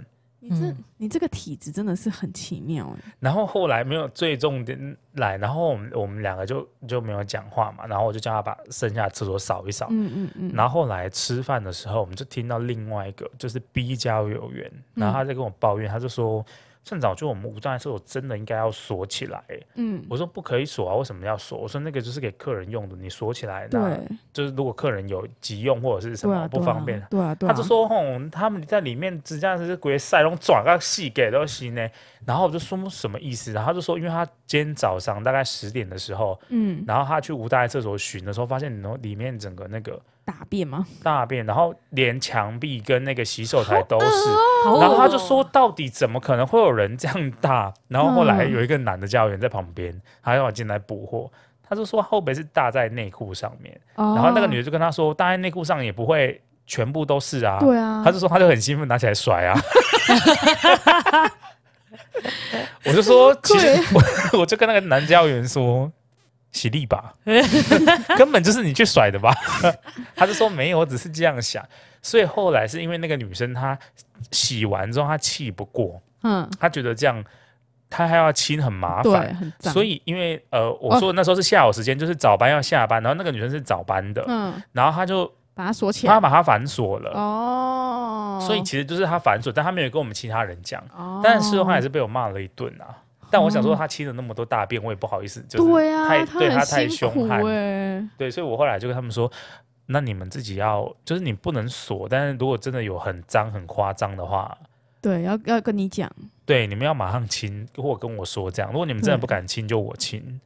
[SPEAKER 3] 你这、
[SPEAKER 2] 嗯
[SPEAKER 3] 你这个体质真的是很奇妙哎。
[SPEAKER 1] 然后后来没有最重点来，然后我们我们两个就就没有讲话嘛，然后我就叫他把剩下的厕所扫一扫。
[SPEAKER 3] 嗯嗯嗯，
[SPEAKER 1] 然后后来吃饭的时候，我们就听到另外一个就是 B 交友员，然后
[SPEAKER 3] 嗯
[SPEAKER 1] 他在跟我抱怨，他就说：“趁早就我们无障碍厕所真的应该要锁起来、
[SPEAKER 3] 嗯，
[SPEAKER 1] 我说不可以锁啊，为什么要锁？我说那个就是给客人用的，你锁起来，那
[SPEAKER 3] 对
[SPEAKER 1] 就是如果客人有急用或者是什
[SPEAKER 3] 对啊
[SPEAKER 1] 么不方便，
[SPEAKER 3] 对啊对啊，
[SPEAKER 1] 他就说吼，他们在里面只这样子鬼塞拢转个细给都行呢。然后我就说什么意思？然后他就说，因为他今天早上大概十点的时候，
[SPEAKER 3] 嗯
[SPEAKER 1] 然后他去无大碍厕所巡的时候，发现然后里面整个那个
[SPEAKER 3] 大便吗？
[SPEAKER 1] 大便，然后连墙壁跟那个洗手台都是。
[SPEAKER 2] 好恶
[SPEAKER 1] 然后他就
[SPEAKER 2] 哦
[SPEAKER 1] 说，到底怎么可能会有人这样大？然后后来
[SPEAKER 3] 嗯
[SPEAKER 1] 有一个男的教员在旁边，他让我进来补货，他就说后背是搭在内裤上面，然
[SPEAKER 3] 然
[SPEAKER 1] 后那个女的就跟他说，搭在内裤上也不会全部都是啊。
[SPEAKER 3] 对啊，
[SPEAKER 1] 他就说他就很兴奋，拿起来甩 啊。我就说，其实我 我就跟那个男教员说，喜力 吧，根本就是你去甩的吧。 他就说没有，我只是这样想。所以后来是因为那个女生她洗完之后她气不过，
[SPEAKER 3] 嗯，
[SPEAKER 1] 她觉得这样她还要亲很麻
[SPEAKER 3] 对，
[SPEAKER 1] 烦。
[SPEAKER 3] 很脏，
[SPEAKER 1] 所以，因为呃，我说的那时候是下午时间，就是早班要下班，然后那个女生是早班的，
[SPEAKER 3] 嗯，
[SPEAKER 1] 然后她就
[SPEAKER 3] 把它锁起
[SPEAKER 1] 她
[SPEAKER 3] 来。
[SPEAKER 1] 把她反锁了，
[SPEAKER 3] 哦，
[SPEAKER 1] 所以其实就是他反锁，但他没有跟我们其他人讲，
[SPEAKER 3] 哦，
[SPEAKER 1] 但事后他也是被我骂了一顿啊。但我想说，他亲了那么多大便，我也不好意思，就是
[SPEAKER 3] 对啊，
[SPEAKER 1] 太对他
[SPEAKER 3] 很
[SPEAKER 1] 太
[SPEAKER 3] 辛苦
[SPEAKER 1] 凶悍，
[SPEAKER 3] 欸
[SPEAKER 1] 对，所以我后来就跟他们说，那你们自己要，就是你不能锁，但是如果真的有很脏很夸张的话，
[SPEAKER 3] 对，要要跟你讲，
[SPEAKER 1] 对，你们要马上亲或跟我说这样。如果你们真的
[SPEAKER 3] 对
[SPEAKER 1] 不敢亲，就我亲。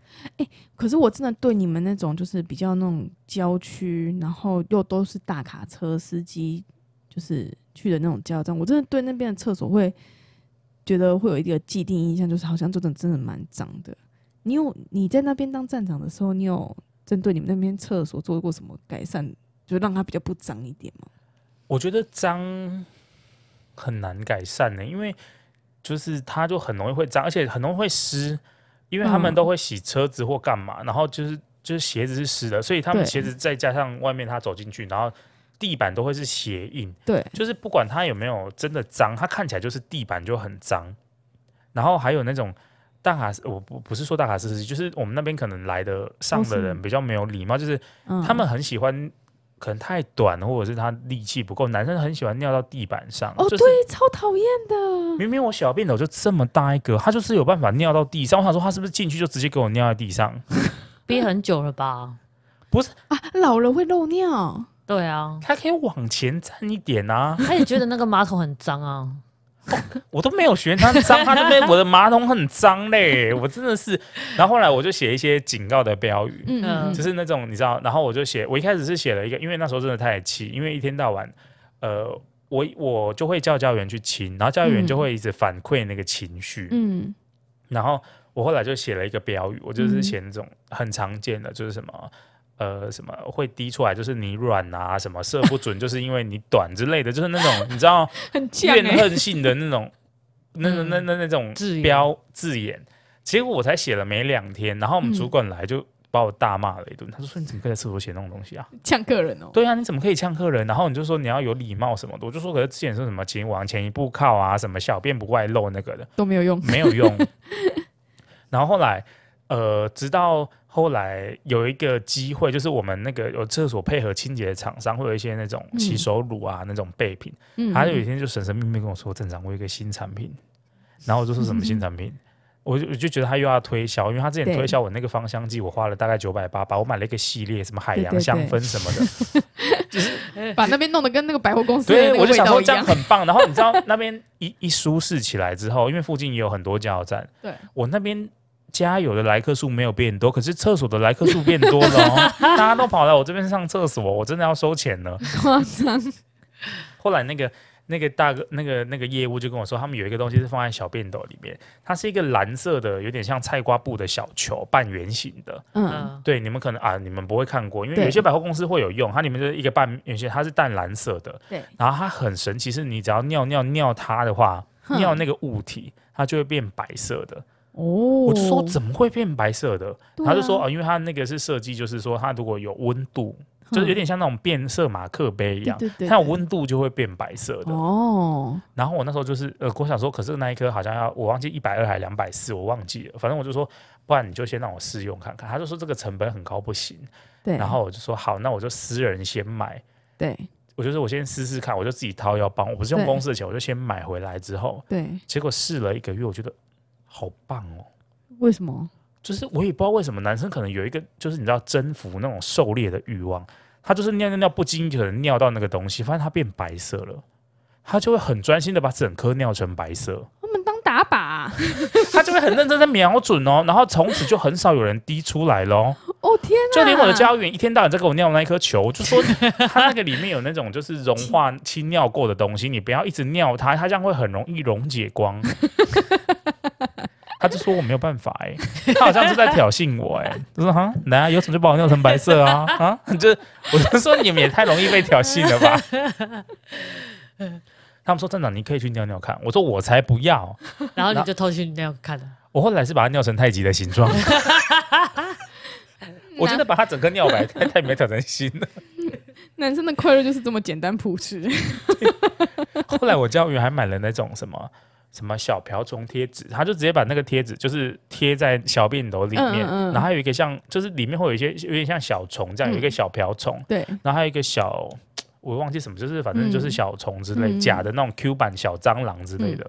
[SPEAKER 3] 可是我真的对你们那种就是比较那种郊区，然后又都是大卡车司机，就是去的那种加油站，我真的对那边的厕所会觉得会有一个既定印象，就是好像真的真的蛮脏的。你有你在那边当站长的时候，你有针对你们那边厕所做过什么改善，就让它比较不脏一点吗？
[SPEAKER 1] 我觉得脏很难改善欸呢、因为就是它就很容易会脏，而且很容易会湿，因为他们
[SPEAKER 3] 嗯
[SPEAKER 1] 都会洗车子或干嘛，然后就是就是鞋子是湿的，所以他们
[SPEAKER 3] 对
[SPEAKER 1] 鞋子再加上外面他走进去，然后地板都会是鞋印，
[SPEAKER 3] 对，
[SPEAKER 1] 就是不管它有没有真的脏，它看起来就是地板就很脏。然后还有那种大卡斯，我不不是说大卡斯司机，就是我们那边可能来的上的
[SPEAKER 3] 是
[SPEAKER 1] 人比较没有礼貌，就是
[SPEAKER 3] 嗯，
[SPEAKER 1] 他们很喜欢，可能太短或者是他力气不够，男生很喜欢尿到地板上。
[SPEAKER 3] 哦，
[SPEAKER 1] 就是
[SPEAKER 3] 对，超讨厌的，
[SPEAKER 1] 明明我小便斗就这么大一个，他就是有办法尿到地上。我想说他是不是进去就直接给我尿在地上？
[SPEAKER 2] 憋很久了吧？
[SPEAKER 3] 啊老了会漏尿，
[SPEAKER 2] 对啊，
[SPEAKER 1] 他可以往前站一点啊！
[SPEAKER 2] 他也觉得那个马桶很脏啊。
[SPEAKER 1] 我都没有嫌他脏，他那边我的马桶很脏 嘞，我真的是。然后后来我就写一些警告的标语，
[SPEAKER 3] 嗯，嗯
[SPEAKER 1] 就是那种你知道，然后我就写，我一开始是写了一个，因为那时候真的太气，因为一天到晚，呃，我我就会叫教员去亲，然后教员
[SPEAKER 3] 嗯
[SPEAKER 1] 就会一直反馈那个情绪，
[SPEAKER 3] 嗯
[SPEAKER 1] 然后我后来就写了一个标语，我就是
[SPEAKER 3] 嗯
[SPEAKER 1] 写那种很常见的，就是什么。呃，什么会滴出来？就是你软啊，什么射不准，就是因为你短之类的，就是那种你知 道
[SPEAKER 3] 很犟
[SPEAKER 1] 怨
[SPEAKER 3] 哎，
[SPEAKER 1] 恨性的那 种，那
[SPEAKER 3] 嗯
[SPEAKER 1] 那那那那种
[SPEAKER 2] 字 眼
[SPEAKER 1] 标字眼。结果我才写了没两天，然后我们
[SPEAKER 3] 嗯
[SPEAKER 1] 主管来就把我大骂了一顿，他就说你怎么可以在厕所写那种东西啊？
[SPEAKER 3] 呛个人哦，
[SPEAKER 1] 对啊，你怎么可以呛客人？然后你就说你要有礼貌什么的，我就说可是之前说什么请往前一步靠啊，什么小便不外露那个的，
[SPEAKER 3] 都没有用，
[SPEAKER 1] 没有用。 然后后来，呃，直到后来有一个机会，就是我们那个有厕所配合清洁的厂商，会有一些那种洗
[SPEAKER 3] 嗯
[SPEAKER 1] 手乳啊、那种备品。
[SPEAKER 3] 嗯，
[SPEAKER 1] 他有一
[SPEAKER 3] 嗯
[SPEAKER 1] 天就神神秘秘跟我说：“镇长，我有一个新产品。”然后我就说：“什么新产品？”我就我就觉得他又要推销，因为他之前
[SPEAKER 3] 对
[SPEAKER 1] 推销我那个芳香剂，我花了大概九百八吧，我买了一个系列，什么海
[SPEAKER 3] 对
[SPEAKER 1] 洋
[SPEAKER 3] 对
[SPEAKER 1] 香
[SPEAKER 3] 对
[SPEAKER 1] 氛什 么的。
[SPEAKER 3] 把那边弄得跟那个百货公司
[SPEAKER 1] 对，
[SPEAKER 3] 的那
[SPEAKER 1] 我
[SPEAKER 3] 个
[SPEAKER 1] 就
[SPEAKER 3] 味
[SPEAKER 1] 想
[SPEAKER 3] 道
[SPEAKER 1] 说
[SPEAKER 3] 一
[SPEAKER 1] 这样
[SPEAKER 3] 样，
[SPEAKER 1] 很棒。然后你知道那边一一舒适起来之后，因为附近也有很多加油站，
[SPEAKER 3] 对
[SPEAKER 1] 我那边。加油的来客数没有变多，可是厕所的来客数变多了、 哦，大家都跑来我这边上厕所，我真的要收钱了。
[SPEAKER 3] 夸张，
[SPEAKER 1] 后来那个那个大哥那个那个业务就跟我说，他们有一个东西是放在小便斗里面，它是一个蓝色的，有点像菜瓜布的小球，半圆形的。
[SPEAKER 3] 嗯，
[SPEAKER 2] 嗯，
[SPEAKER 1] 对，你们可能啊，你们不会看过，因为
[SPEAKER 3] 对
[SPEAKER 1] 有些百货公司会有用，它里面就是一个半圆形，它是淡蓝色的。
[SPEAKER 3] 对，
[SPEAKER 1] 然后它很神奇，是你只要尿尿尿它的话，
[SPEAKER 3] 哼
[SPEAKER 1] 尿那个物体，它就会变白色的。
[SPEAKER 3] 哦，
[SPEAKER 1] 我
[SPEAKER 3] 我
[SPEAKER 1] 就说怎么会变白色的？
[SPEAKER 3] 对
[SPEAKER 1] 他就说
[SPEAKER 3] 啊
[SPEAKER 1] 哦，因为它那个是设计，就是说它如果有温度，就是有点像那种变色马克杯一
[SPEAKER 3] 一
[SPEAKER 1] 样，
[SPEAKER 3] 嗯对对，
[SPEAKER 1] 它有
[SPEAKER 3] 对
[SPEAKER 1] 温度就会变白色的。
[SPEAKER 3] 哦，
[SPEAKER 1] 然后我那时候就是呃，我想说，可是那一颗好像要我忘记一百二还两百四，我忘记了。反正我就说，不然你就先让我试用看看。他就说这个成本很高，不行。
[SPEAKER 3] 对，
[SPEAKER 1] 然后我就说好，那我就私人先买。
[SPEAKER 3] 对
[SPEAKER 1] 我就说我先试试看，我就自己掏腰包，我不是用
[SPEAKER 3] 对
[SPEAKER 1] 公司的钱，我就先买回来之后，
[SPEAKER 3] 对，
[SPEAKER 1] 结果试了一个月，我觉得好棒哦。
[SPEAKER 3] 为什么？
[SPEAKER 1] 就是我也不知道为什么男生可能有一个就是你知道征服那种狩猎的欲望，他就是尿尿尿不经意可能尿到那个东西，发现它变白色了，他就会很专心的把整颗尿成白色，
[SPEAKER 3] 他们当打靶啊、
[SPEAKER 1] 他就会很认真的瞄准哦，然后从此就很少有人滴出来喽。
[SPEAKER 3] 哦天啊！
[SPEAKER 1] 就连我的家务员一天到晚在给我尿那一颗球，我就说他那个里面有那种就是融化清尿过的东西，你不要一直尿它，它这样会很容易溶解光。他就说我没有办法哎、他好像是在挑衅我哎、就说哈，来啊，有种就把我尿成白色啊啊！就我就说你们也太容易被挑衅了吧。他们说站长，你可以去尿尿看。我说我才不要。
[SPEAKER 2] 然后你就偷去那样看了，
[SPEAKER 1] 我后来是把它尿成太极的形 状，我真的把它整个尿白太太没挑成 心了。
[SPEAKER 3] 男生的快乐就是这么简单朴实。
[SPEAKER 1] 后来我教育还买了那种什么什么小瓢虫贴纸，他就直接把那个贴纸就是贴在小便斗里面，
[SPEAKER 3] 嗯嗯嗯嗯
[SPEAKER 1] 然后还有一个像就是里面会有一些有点像小虫这样，有一个小瓢虫，
[SPEAKER 3] 对，
[SPEAKER 1] 然后还有一个小我忘记什么，就是反正就是小虫之类、
[SPEAKER 3] 嗯嗯嗯嗯
[SPEAKER 1] 假的那种 Q 版小蟑螂之类的，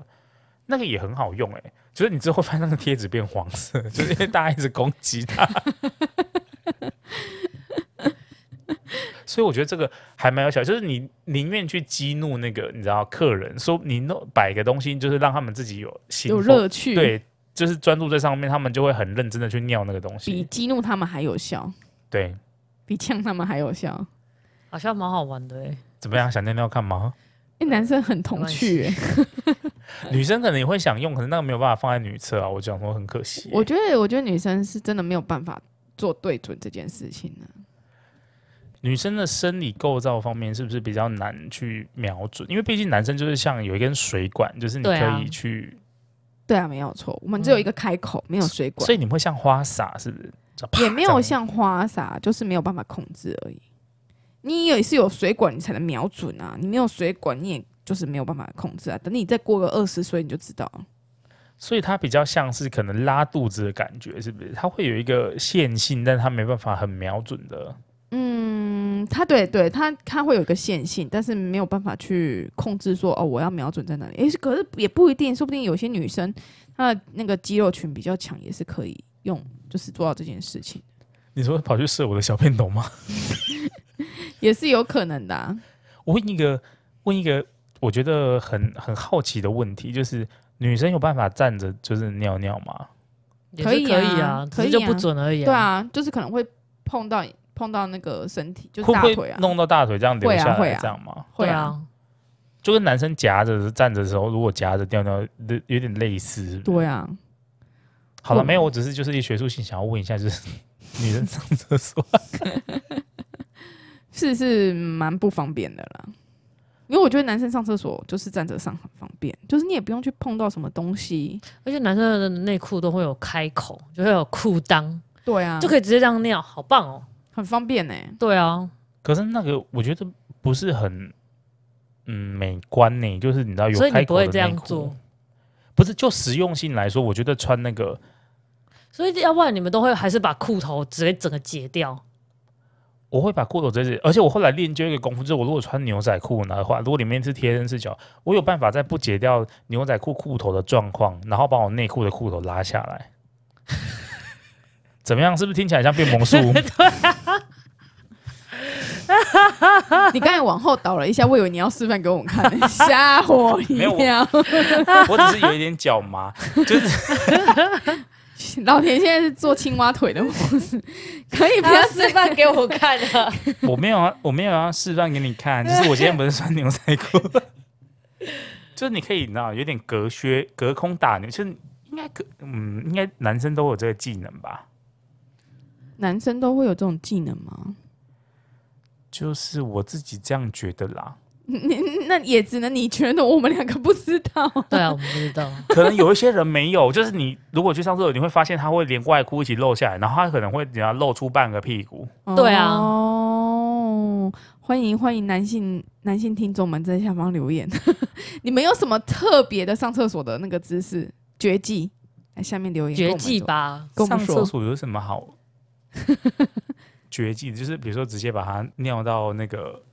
[SPEAKER 1] 那个也很好用哎、就是你之后发现那个贴纸变黄色， 就是因为大家一直攻击它。所以我觉得这个还蛮有效，就是你宁愿去激怒那个你知道客人，说你弄摆个东西，就是让他们自己有兴
[SPEAKER 3] 有
[SPEAKER 1] 奋
[SPEAKER 3] 乐趣，，
[SPEAKER 1] 对，就是专注在上面，他们就会很认真的去尿那个东
[SPEAKER 3] 比
[SPEAKER 1] 西。
[SPEAKER 3] 激怒他们还有效，
[SPEAKER 1] 对，
[SPEAKER 3] 比呛他们还有效。
[SPEAKER 2] 好像蛮好玩的哎、
[SPEAKER 1] 怎么样？想尿尿干嘛？
[SPEAKER 3] 哎、男生很童趣、欸，
[SPEAKER 1] 女生可能也会想用，可能那个没有办法放在女厕啊。我讲说很可惜、欸
[SPEAKER 3] 我觉得，我觉得女生是真的没有办法做对准这件事情呢、
[SPEAKER 1] 女生的生理构造方面是不是比较难去瞄准？因为毕竟男生就是像有一根水管，就是你
[SPEAKER 2] 对
[SPEAKER 1] 可
[SPEAKER 2] 啊
[SPEAKER 1] 以去，
[SPEAKER 3] 对啊，没有错，我们只有一个开口，没有水管
[SPEAKER 1] 所，以你们会像花洒是不是？就啪
[SPEAKER 3] 也没
[SPEAKER 1] 这
[SPEAKER 3] 有
[SPEAKER 1] 样
[SPEAKER 3] 像花洒，就是没有办法控制而已。你也是有水管你才能瞄准啊，你没有水管你也就是没有办法控制啊。等你再过个二十岁你就知道啊了，
[SPEAKER 1] 所以它比较像是可能拉肚子的感觉，是不是？它会有一个线性，但它没办法很瞄准的。
[SPEAKER 3] 嗯，它对对它它会有一个线性，但是没有办法去控制说哦我要瞄准在哪里。诶、可是也不一定，说不定有些女生她的那个肌肉群比较强，也是可以用就是做到这件事情，
[SPEAKER 1] 你说跑去射我的小便斗吗？
[SPEAKER 3] 也是有可能的啊、
[SPEAKER 1] 我问一个，问一个，我觉得很很好奇的问题，就是女生有办法站着就是尿尿吗？
[SPEAKER 2] 也
[SPEAKER 3] 可
[SPEAKER 2] 是
[SPEAKER 3] 以
[SPEAKER 2] 可
[SPEAKER 3] 啊
[SPEAKER 2] 以啊，
[SPEAKER 3] 可
[SPEAKER 2] 只是就
[SPEAKER 3] 以
[SPEAKER 2] 不
[SPEAKER 3] 啊
[SPEAKER 2] 准而已、
[SPEAKER 3] 对，啊，就是可能会碰到碰到那个身体，就是
[SPEAKER 1] 会
[SPEAKER 3] 大
[SPEAKER 1] 不
[SPEAKER 3] 腿
[SPEAKER 1] 会
[SPEAKER 3] 啊，
[SPEAKER 1] 弄到大腿这样流
[SPEAKER 3] 会啊
[SPEAKER 1] 下
[SPEAKER 3] 会
[SPEAKER 1] 来
[SPEAKER 3] 啊
[SPEAKER 1] 这样吗？
[SPEAKER 2] 会
[SPEAKER 3] 会啊，
[SPEAKER 2] 啊，
[SPEAKER 1] 就跟男生夹着站着的时候，如果夹着尿尿，有有点类似。是不是
[SPEAKER 3] 对啊，
[SPEAKER 1] 好了，
[SPEAKER 3] 嗯
[SPEAKER 1] 没有，我只是就是一学术性想要问一下，就是 女生上厕所，
[SPEAKER 3] 是是蛮不方便的啦。因为我觉得男生上厕所就是站着上很方便，就是你也不用去碰到什么东西。
[SPEAKER 2] 而且男生的内裤都会有开口，就会有裤裆，
[SPEAKER 3] 对啊
[SPEAKER 2] 就
[SPEAKER 3] 就可以
[SPEAKER 2] 可以直接这样尿，好棒哦。
[SPEAKER 3] 很方便呢、
[SPEAKER 2] 对啊，
[SPEAKER 1] 可是那个我觉得不是很嗯美观呢、就是你知道有
[SPEAKER 2] 所以你
[SPEAKER 1] 开
[SPEAKER 2] 不
[SPEAKER 1] 口
[SPEAKER 2] 会
[SPEAKER 1] 的
[SPEAKER 2] 这样
[SPEAKER 1] 内裤
[SPEAKER 2] 做，
[SPEAKER 1] 不是就实用性来说，我觉得穿那个
[SPEAKER 2] 所以要不然你们都会还是把裤头直接整个解 掉。
[SPEAKER 1] 我会把裤头直接，而且我后来练就一个功夫，就是我如果穿牛仔裤的话，如果里面是贴身四角，我有办法在不解掉牛仔裤裤头的状况，然后把我内裤的裤头拉下来。怎么样？是不是听起来像变魔术？
[SPEAKER 3] 你刚才往后倒了一下，我以为你要示范给我们看、欸，吓我一
[SPEAKER 1] 没有
[SPEAKER 3] 跳！
[SPEAKER 1] 我只是有一点脚麻，就是
[SPEAKER 3] 老田现在是做青蛙腿的模式，可以不要啊示范？
[SPEAKER 2] 范给我看啊！
[SPEAKER 1] 我没有要，我没有要示范给你看，就是我今天不是穿牛仔裤， 就是你可以，你知道，有点隔靴隔空打牛，就是应该隔，嗯，应该男生都有这个技能吧？
[SPEAKER 3] 男生都会有这种技能吗？
[SPEAKER 1] 就是我自己这样觉得啦。
[SPEAKER 3] 你那也只能你觉得，我们两个不知道。
[SPEAKER 2] 对啊，我们不知 道，
[SPEAKER 1] 可能有一些人没有，就是你如果去上厕所，你会发现他会连外裤一起露下来，然后他可能会等下露出半个屁股。
[SPEAKER 2] 对啊
[SPEAKER 3] 哦，欢迎欢迎男性男性听众们在下方留言， 你们有什么特别的上厕所的那个姿势绝技？来下面留言
[SPEAKER 2] 绝技，吧。
[SPEAKER 3] 跟我
[SPEAKER 1] 上
[SPEAKER 3] 们 说
[SPEAKER 1] 厕所有什么好绝技？就是比如说直接把它尿到那个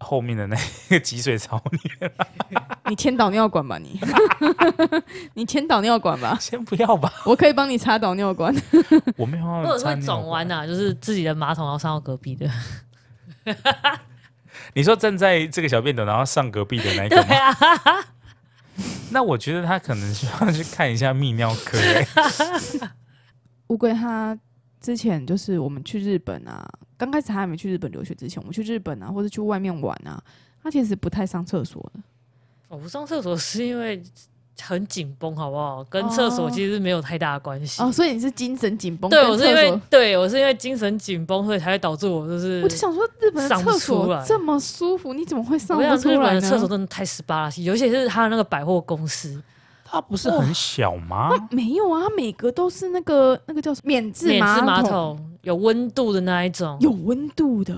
[SPEAKER 1] 后面的那个集水槽里，
[SPEAKER 3] 你牵导尿管吧你， 你牵导尿管吧，
[SPEAKER 1] 先不要 吧，
[SPEAKER 3] 我可以帮你插导尿管。
[SPEAKER 1] 我没有啊要
[SPEAKER 2] 或者
[SPEAKER 1] 插
[SPEAKER 2] 会
[SPEAKER 1] 尿
[SPEAKER 2] 转弯
[SPEAKER 1] 管。
[SPEAKER 2] 呐，就是自己的马桶要上到隔壁的。
[SPEAKER 1] 你说站在这个小便斗，然后上隔壁的那一个
[SPEAKER 2] 对
[SPEAKER 1] 吗？
[SPEAKER 2] 啊，
[SPEAKER 1] 那我觉得他可能需要去看一下泌尿科、 欸
[SPEAKER 3] 乌龟它之前就是我们去日本啊，刚开始它还没去日本留学之前，我们去日本啊，或者去外面玩啊，它其实不太上厕所的。
[SPEAKER 2] 哦我不上厕所是因为很紧绷，好不好？跟厕所
[SPEAKER 3] 哦
[SPEAKER 2] 其实没有太大的关系。
[SPEAKER 3] 哦，所以你是精神紧绷哦
[SPEAKER 2] 对，我
[SPEAKER 3] 跟厕所，
[SPEAKER 2] 是因为对我是因为精神紧绷，所以才会导致我就是
[SPEAKER 3] 我就想说，日本的
[SPEAKER 2] 上不
[SPEAKER 3] 厕
[SPEAKER 2] 出
[SPEAKER 3] 所
[SPEAKER 2] 来
[SPEAKER 3] 这么舒服，你怎么会上
[SPEAKER 2] 我
[SPEAKER 3] 不
[SPEAKER 2] 想
[SPEAKER 3] 出
[SPEAKER 2] 日本
[SPEAKER 3] 来呢？
[SPEAKER 2] 的厕所真的太十八了，尤其是他的那个百货公司，
[SPEAKER 1] 它不是很小 吗？
[SPEAKER 3] 没有啊，每个都是那个那个叫什么免治
[SPEAKER 2] 免治马
[SPEAKER 3] 马桶，
[SPEAKER 2] 桶有温度的那一种，
[SPEAKER 3] 有温度的。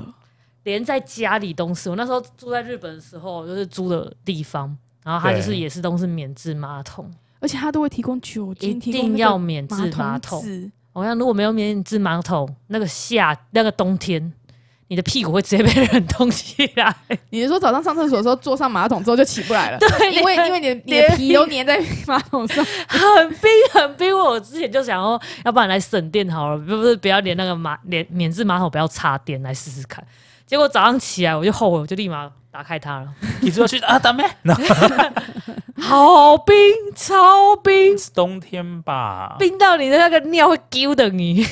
[SPEAKER 2] 连在家里都是。我那时候住在日本的时候，就是租的地方，然后它就是
[SPEAKER 1] 对
[SPEAKER 2] 也是都是免治马桶，
[SPEAKER 3] 而且它都会提供酒
[SPEAKER 2] 一
[SPEAKER 3] 精，提供
[SPEAKER 2] 定
[SPEAKER 3] 那
[SPEAKER 2] 要
[SPEAKER 3] 个
[SPEAKER 2] 免治马桶。
[SPEAKER 3] 纸
[SPEAKER 2] 我想如果没有免治马桶，那个夏那个冬天，你的屁股会直接被 冷冻起来。
[SPEAKER 3] 你是说早上上厕所的时候坐上马桶之后就起不 来了？
[SPEAKER 2] 对
[SPEAKER 3] 因为
[SPEAKER 2] 你的
[SPEAKER 3] 因为你的你的皮都粘在马桶上。
[SPEAKER 2] 很冰很冰，我之前就想说，要不然来省电好了，不不是不要连那个马连免治马桶不要插电来试试看。结果早上起来我就后悔，我就立马打开它了，
[SPEAKER 1] 你就要去啊，大妹，那
[SPEAKER 2] 好冰，超冰，
[SPEAKER 1] 是冬天吧？
[SPEAKER 2] 冰到你的那个尿会揪的你。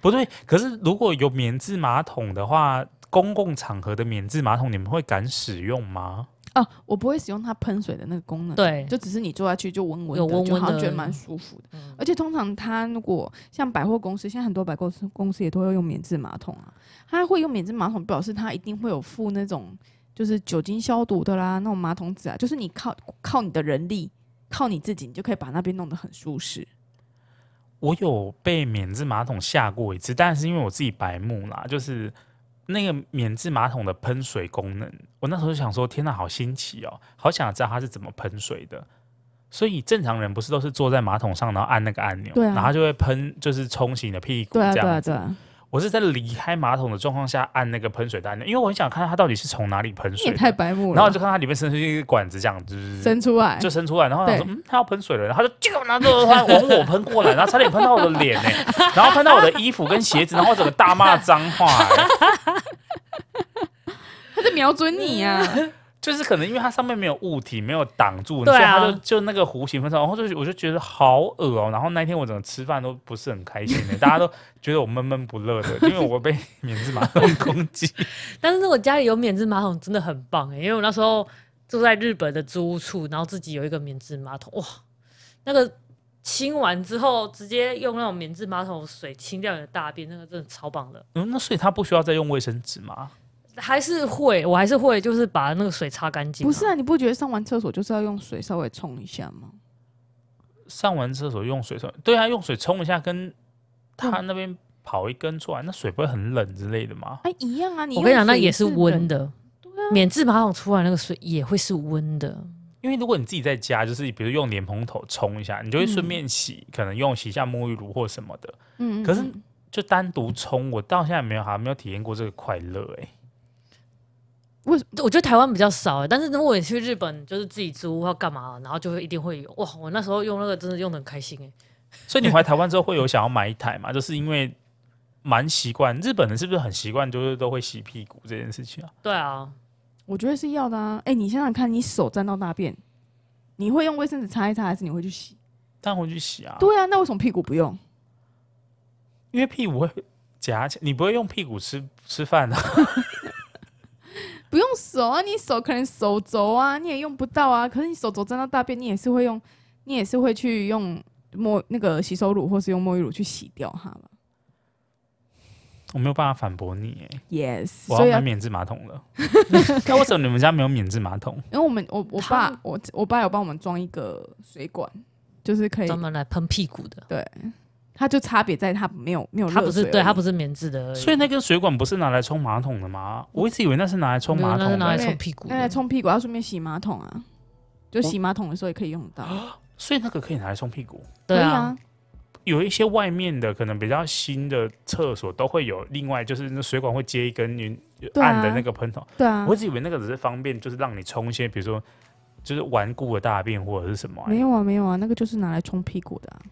[SPEAKER 1] 不对，可是如果有免治马桶的话，公共场合的免治马桶，你们会敢使用吗？
[SPEAKER 3] 哦，我不会使用它喷水的那个功能，
[SPEAKER 2] 对
[SPEAKER 3] 就只是你坐下去就温温的，
[SPEAKER 2] 有温
[SPEAKER 3] 就
[SPEAKER 2] 温
[SPEAKER 3] 好像
[SPEAKER 2] 的
[SPEAKER 3] 觉得蛮舒服的。而且通常它如果像百货公司，现在很多百货公司公司也都会用免治马桶啊，它会用免治马桶，表示它一定会有附那种就是酒精消毒的啦，那种马桶纸啊，就是你靠靠你的人力，靠你自己，你就可以把那边弄得很舒适。
[SPEAKER 1] 我有被免治马桶吓过一次，但是因为我自己白目啦，就是那个免治马桶的喷水功能，我那时候就想说，天哪，好新奇哦，好想知道它是怎么喷水的。所以正常人不是都是坐在马桶上，然后按那个按钮，
[SPEAKER 3] 对啊
[SPEAKER 1] 然后它就会喷，就是冲洗你的屁股
[SPEAKER 3] 对啊，
[SPEAKER 1] 这
[SPEAKER 3] 对
[SPEAKER 1] 样
[SPEAKER 3] 啊，
[SPEAKER 1] 子。
[SPEAKER 3] 对啊，
[SPEAKER 1] 我是在离开马桶的状况下按那个喷水的按钮，因为我很想看它到底是从哪里喷
[SPEAKER 3] 你
[SPEAKER 1] 水
[SPEAKER 3] 也
[SPEAKER 1] 的。
[SPEAKER 3] 太白目了。
[SPEAKER 1] 然后我就看它里面伸出一个管子，这样子
[SPEAKER 3] 伸出来，
[SPEAKER 1] 就伸出来，然后我想说，
[SPEAKER 3] 对
[SPEAKER 1] 嗯，它要喷水了，然后它就这个，然后就它往我喷过来，然后差点喷到我的脸 呢、然后喷到我的衣服跟鞋子，然后我整个大骂脏话、欸。
[SPEAKER 3] 他在瞄准你 啊！
[SPEAKER 1] 就是可能因为它上面没有物体，没有挡住，
[SPEAKER 2] 对
[SPEAKER 1] 所以
[SPEAKER 2] 啊
[SPEAKER 1] 它就就那个弧形分叉，然后就我就觉得好恶哦、然后那一天我整个吃饭都不是很开心 的、大家都觉得我闷闷不乐的，因为我被免治马桶攻击。
[SPEAKER 2] 但是我家里有免治马桶真的很棒、欸，因为我那时候住在日本的租屋处，然后自己有一个免治马桶，哇，那个清完之后直接用那种免治马桶水清掉你的大便，那个真的超棒的。
[SPEAKER 1] 嗯，那所以它不需要再用卫生纸吗？
[SPEAKER 2] 还是会，我还是会，就是把那个水擦干净、
[SPEAKER 3] 不是，啊，你不觉得上完厕所就是要用水稍微冲一下吗？
[SPEAKER 1] 上完厕所用水冲，对啊，用水冲一下，跟它那边跑一根出来，那水不会很冷之类的吗？
[SPEAKER 3] 哎，一样啊！你
[SPEAKER 2] 我跟你讲，那也
[SPEAKER 3] 是啊
[SPEAKER 2] 是温
[SPEAKER 3] 的，
[SPEAKER 2] 的。免治马桶出来那个水也会是温的，
[SPEAKER 1] 因为如果你自己在家，就是比如用莲蓬头冲一下，你就会顺便洗，可能用洗一下沐浴乳或什么的。
[SPEAKER 3] 嗯，嗯
[SPEAKER 1] 可是
[SPEAKER 3] 嗯
[SPEAKER 1] 就单独冲，我到现在没有还没有体验过这个快乐哎、
[SPEAKER 2] 我觉得台湾比较少、欸，但是如果你去日本，就是自己租或干嘛，然后就会一定会有哇！我那时候用那个真的用的很开心哎、
[SPEAKER 1] 所以你回来台湾之后会有想要买一台嘛？就是因为蛮习惯日本人是不是很习惯，就是都会洗屁股这件事情啊？
[SPEAKER 2] 对啊，
[SPEAKER 3] 我觉得是要的啊！哎，你想想看，你手沾到大便，你会用卫生纸擦一擦，还是你会去洗？
[SPEAKER 1] 但会去洗啊，
[SPEAKER 3] 对啊，那为什么屁股不用？
[SPEAKER 1] 因为屁股会夹起，你不会用屁股吃吃饭啊？
[SPEAKER 3] 不用手啊，你手可能手肘啊，你也用不到啊。可是你手肘沾到大便，你也是会用，你也是会去用沐那个洗手乳或是用沐浴乳去洗掉它吧。
[SPEAKER 1] 我没有办法反驳你哎、
[SPEAKER 3] Yes，
[SPEAKER 1] 我
[SPEAKER 3] 所
[SPEAKER 1] 要
[SPEAKER 3] 以啊要
[SPEAKER 1] 买免治马桶了。 那为什么你们家没有免治马桶？
[SPEAKER 3] 因为我们我我
[SPEAKER 2] 他
[SPEAKER 3] 爸
[SPEAKER 2] 们
[SPEAKER 3] 我我爸有帮我们装一个水管，就是可以
[SPEAKER 2] 专，门来喷屁股的，
[SPEAKER 3] 它就差别在它没有没有
[SPEAKER 2] 它不是对，它不
[SPEAKER 3] 是
[SPEAKER 2] 是棉质的而已，
[SPEAKER 1] 所以那根水管不是拿来冲马桶的吗？我一直以为那是拿来冲
[SPEAKER 2] 没有
[SPEAKER 1] 马
[SPEAKER 2] 那是
[SPEAKER 1] 桶的
[SPEAKER 2] 啊拿来
[SPEAKER 1] 欸、
[SPEAKER 2] 冲屁股
[SPEAKER 3] 那来
[SPEAKER 2] 的。
[SPEAKER 3] 冲屁股，要顺便洗马桶啊，
[SPEAKER 1] 哦
[SPEAKER 3] 就洗马桶的时候也可以用到，
[SPEAKER 1] 所以那个可以拿来冲屁股。
[SPEAKER 2] 哦对
[SPEAKER 3] 可以
[SPEAKER 2] 啊，
[SPEAKER 3] 啊，
[SPEAKER 1] 有一些外面的可能比较新的厕所都会有另外就是那水管会接一根你
[SPEAKER 3] 对啊
[SPEAKER 1] 按的那个喷头，
[SPEAKER 3] 对啊
[SPEAKER 1] 我，一直以为那个只是方便，就是让你冲一些比如说就是顽固的大便或者是什么、
[SPEAKER 3] 没，有啊没有啊，那个就是拿来冲屁股的、
[SPEAKER 1] 哦
[SPEAKER 3] 啊，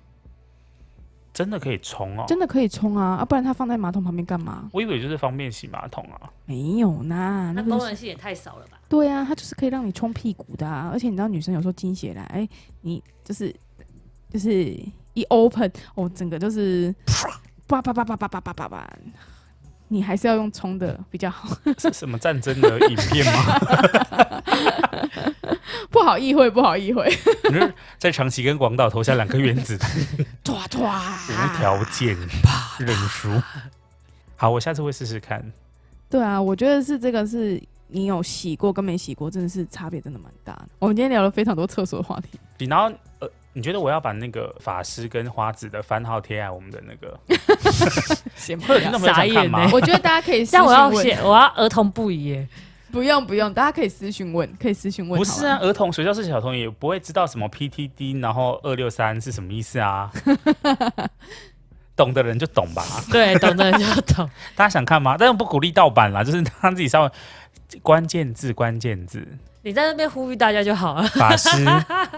[SPEAKER 1] 真的可以冲哦。
[SPEAKER 3] 真的可以冲啊，啊不然它放在马桶旁边干嘛？
[SPEAKER 1] 我以为就是方便洗马桶啊，
[SPEAKER 3] 没有啦，
[SPEAKER 2] 那
[SPEAKER 3] 那个就
[SPEAKER 2] 功
[SPEAKER 3] 是、
[SPEAKER 2] 能性也太少了吧？
[SPEAKER 3] 对啊，它就是可以让你冲屁股的、啊，而且你知道女生有时候经血来，哎、你就是就是一 open，哦，整个就是叭叭叭叭叭叭叭叭叭，你还是要用冲的比较好，
[SPEAKER 1] 是什么战争的影片吗？
[SPEAKER 3] 不好意会，不好意会，
[SPEAKER 1] 你是在长崎跟广岛投下两颗原子弹，
[SPEAKER 3] 抓抓，
[SPEAKER 1] 无条件
[SPEAKER 2] 啊
[SPEAKER 1] 认输。好，我下次会试试看。
[SPEAKER 3] 对啊，我觉得是这个是你有洗过跟没洗过，真的是差别真的蛮大的。我们今天聊了非常多厕所的话题，
[SPEAKER 1] 你然后呃，你觉得我要把那个法师跟花子的番号贴在我们的那 个？
[SPEAKER 3] 先不
[SPEAKER 1] 会有听众朋友想看吗
[SPEAKER 2] 傻眼？欸
[SPEAKER 3] 我觉得大家可以私
[SPEAKER 2] 像我要
[SPEAKER 3] 询
[SPEAKER 2] 写
[SPEAKER 3] 问，，
[SPEAKER 2] 我要儿童不宜耶，
[SPEAKER 3] 不用不用，大家可以私询问，可以私询问。
[SPEAKER 1] 不是啊，，儿童学校是小童也不会知道什么 PTD，然后二六三是什么意思啊？ 懂的人就懂吧。
[SPEAKER 2] 对，懂的人就懂。
[SPEAKER 1] 大家想看吗？但是我不鼓励盗版啦，就是他自己稍微关键字、关键字，
[SPEAKER 2] 你在那边呼吁大家就好了。
[SPEAKER 1] 法 师、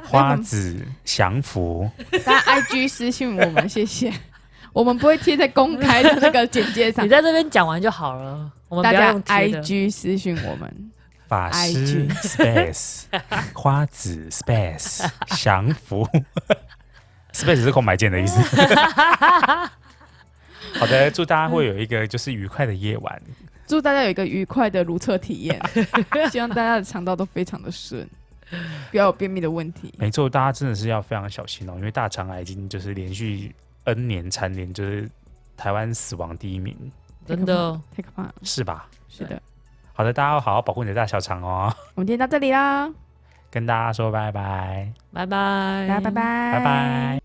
[SPEAKER 1] 花子、降服。
[SPEAKER 3] 大家 IG 私信我们，谢谢。 我们不会贴在公开的那个简介上
[SPEAKER 2] 你，在这边讲完就好了，我们
[SPEAKER 3] 大
[SPEAKER 2] 不要
[SPEAKER 3] 家
[SPEAKER 2] 用贴的。
[SPEAKER 3] IG 私信我们。
[SPEAKER 1] 法师
[SPEAKER 3] IG
[SPEAKER 1] space 花子 space 降服 space 是空白键的意思。好的，祝大家会有一个就是愉快的夜晚。
[SPEAKER 3] 祝大家有一个愉快的如厕体 验，希望大家的肠道都非常的顺，不要有便秘的问题。
[SPEAKER 1] 没错，大家真的是要非常小心哦，因为大肠癌已经就是连续 N 年蝉联就是台湾死亡第一名，
[SPEAKER 2] 真的，
[SPEAKER 3] 太可怕了，
[SPEAKER 1] 是吧？
[SPEAKER 3] 是的。
[SPEAKER 1] 好的，大家要好好保护你的大小肠哦。
[SPEAKER 3] 我们今天到这里啦，
[SPEAKER 1] 跟大家说拜拜，
[SPEAKER 2] 拜拜，
[SPEAKER 3] 大家拜拜，
[SPEAKER 1] 拜拜。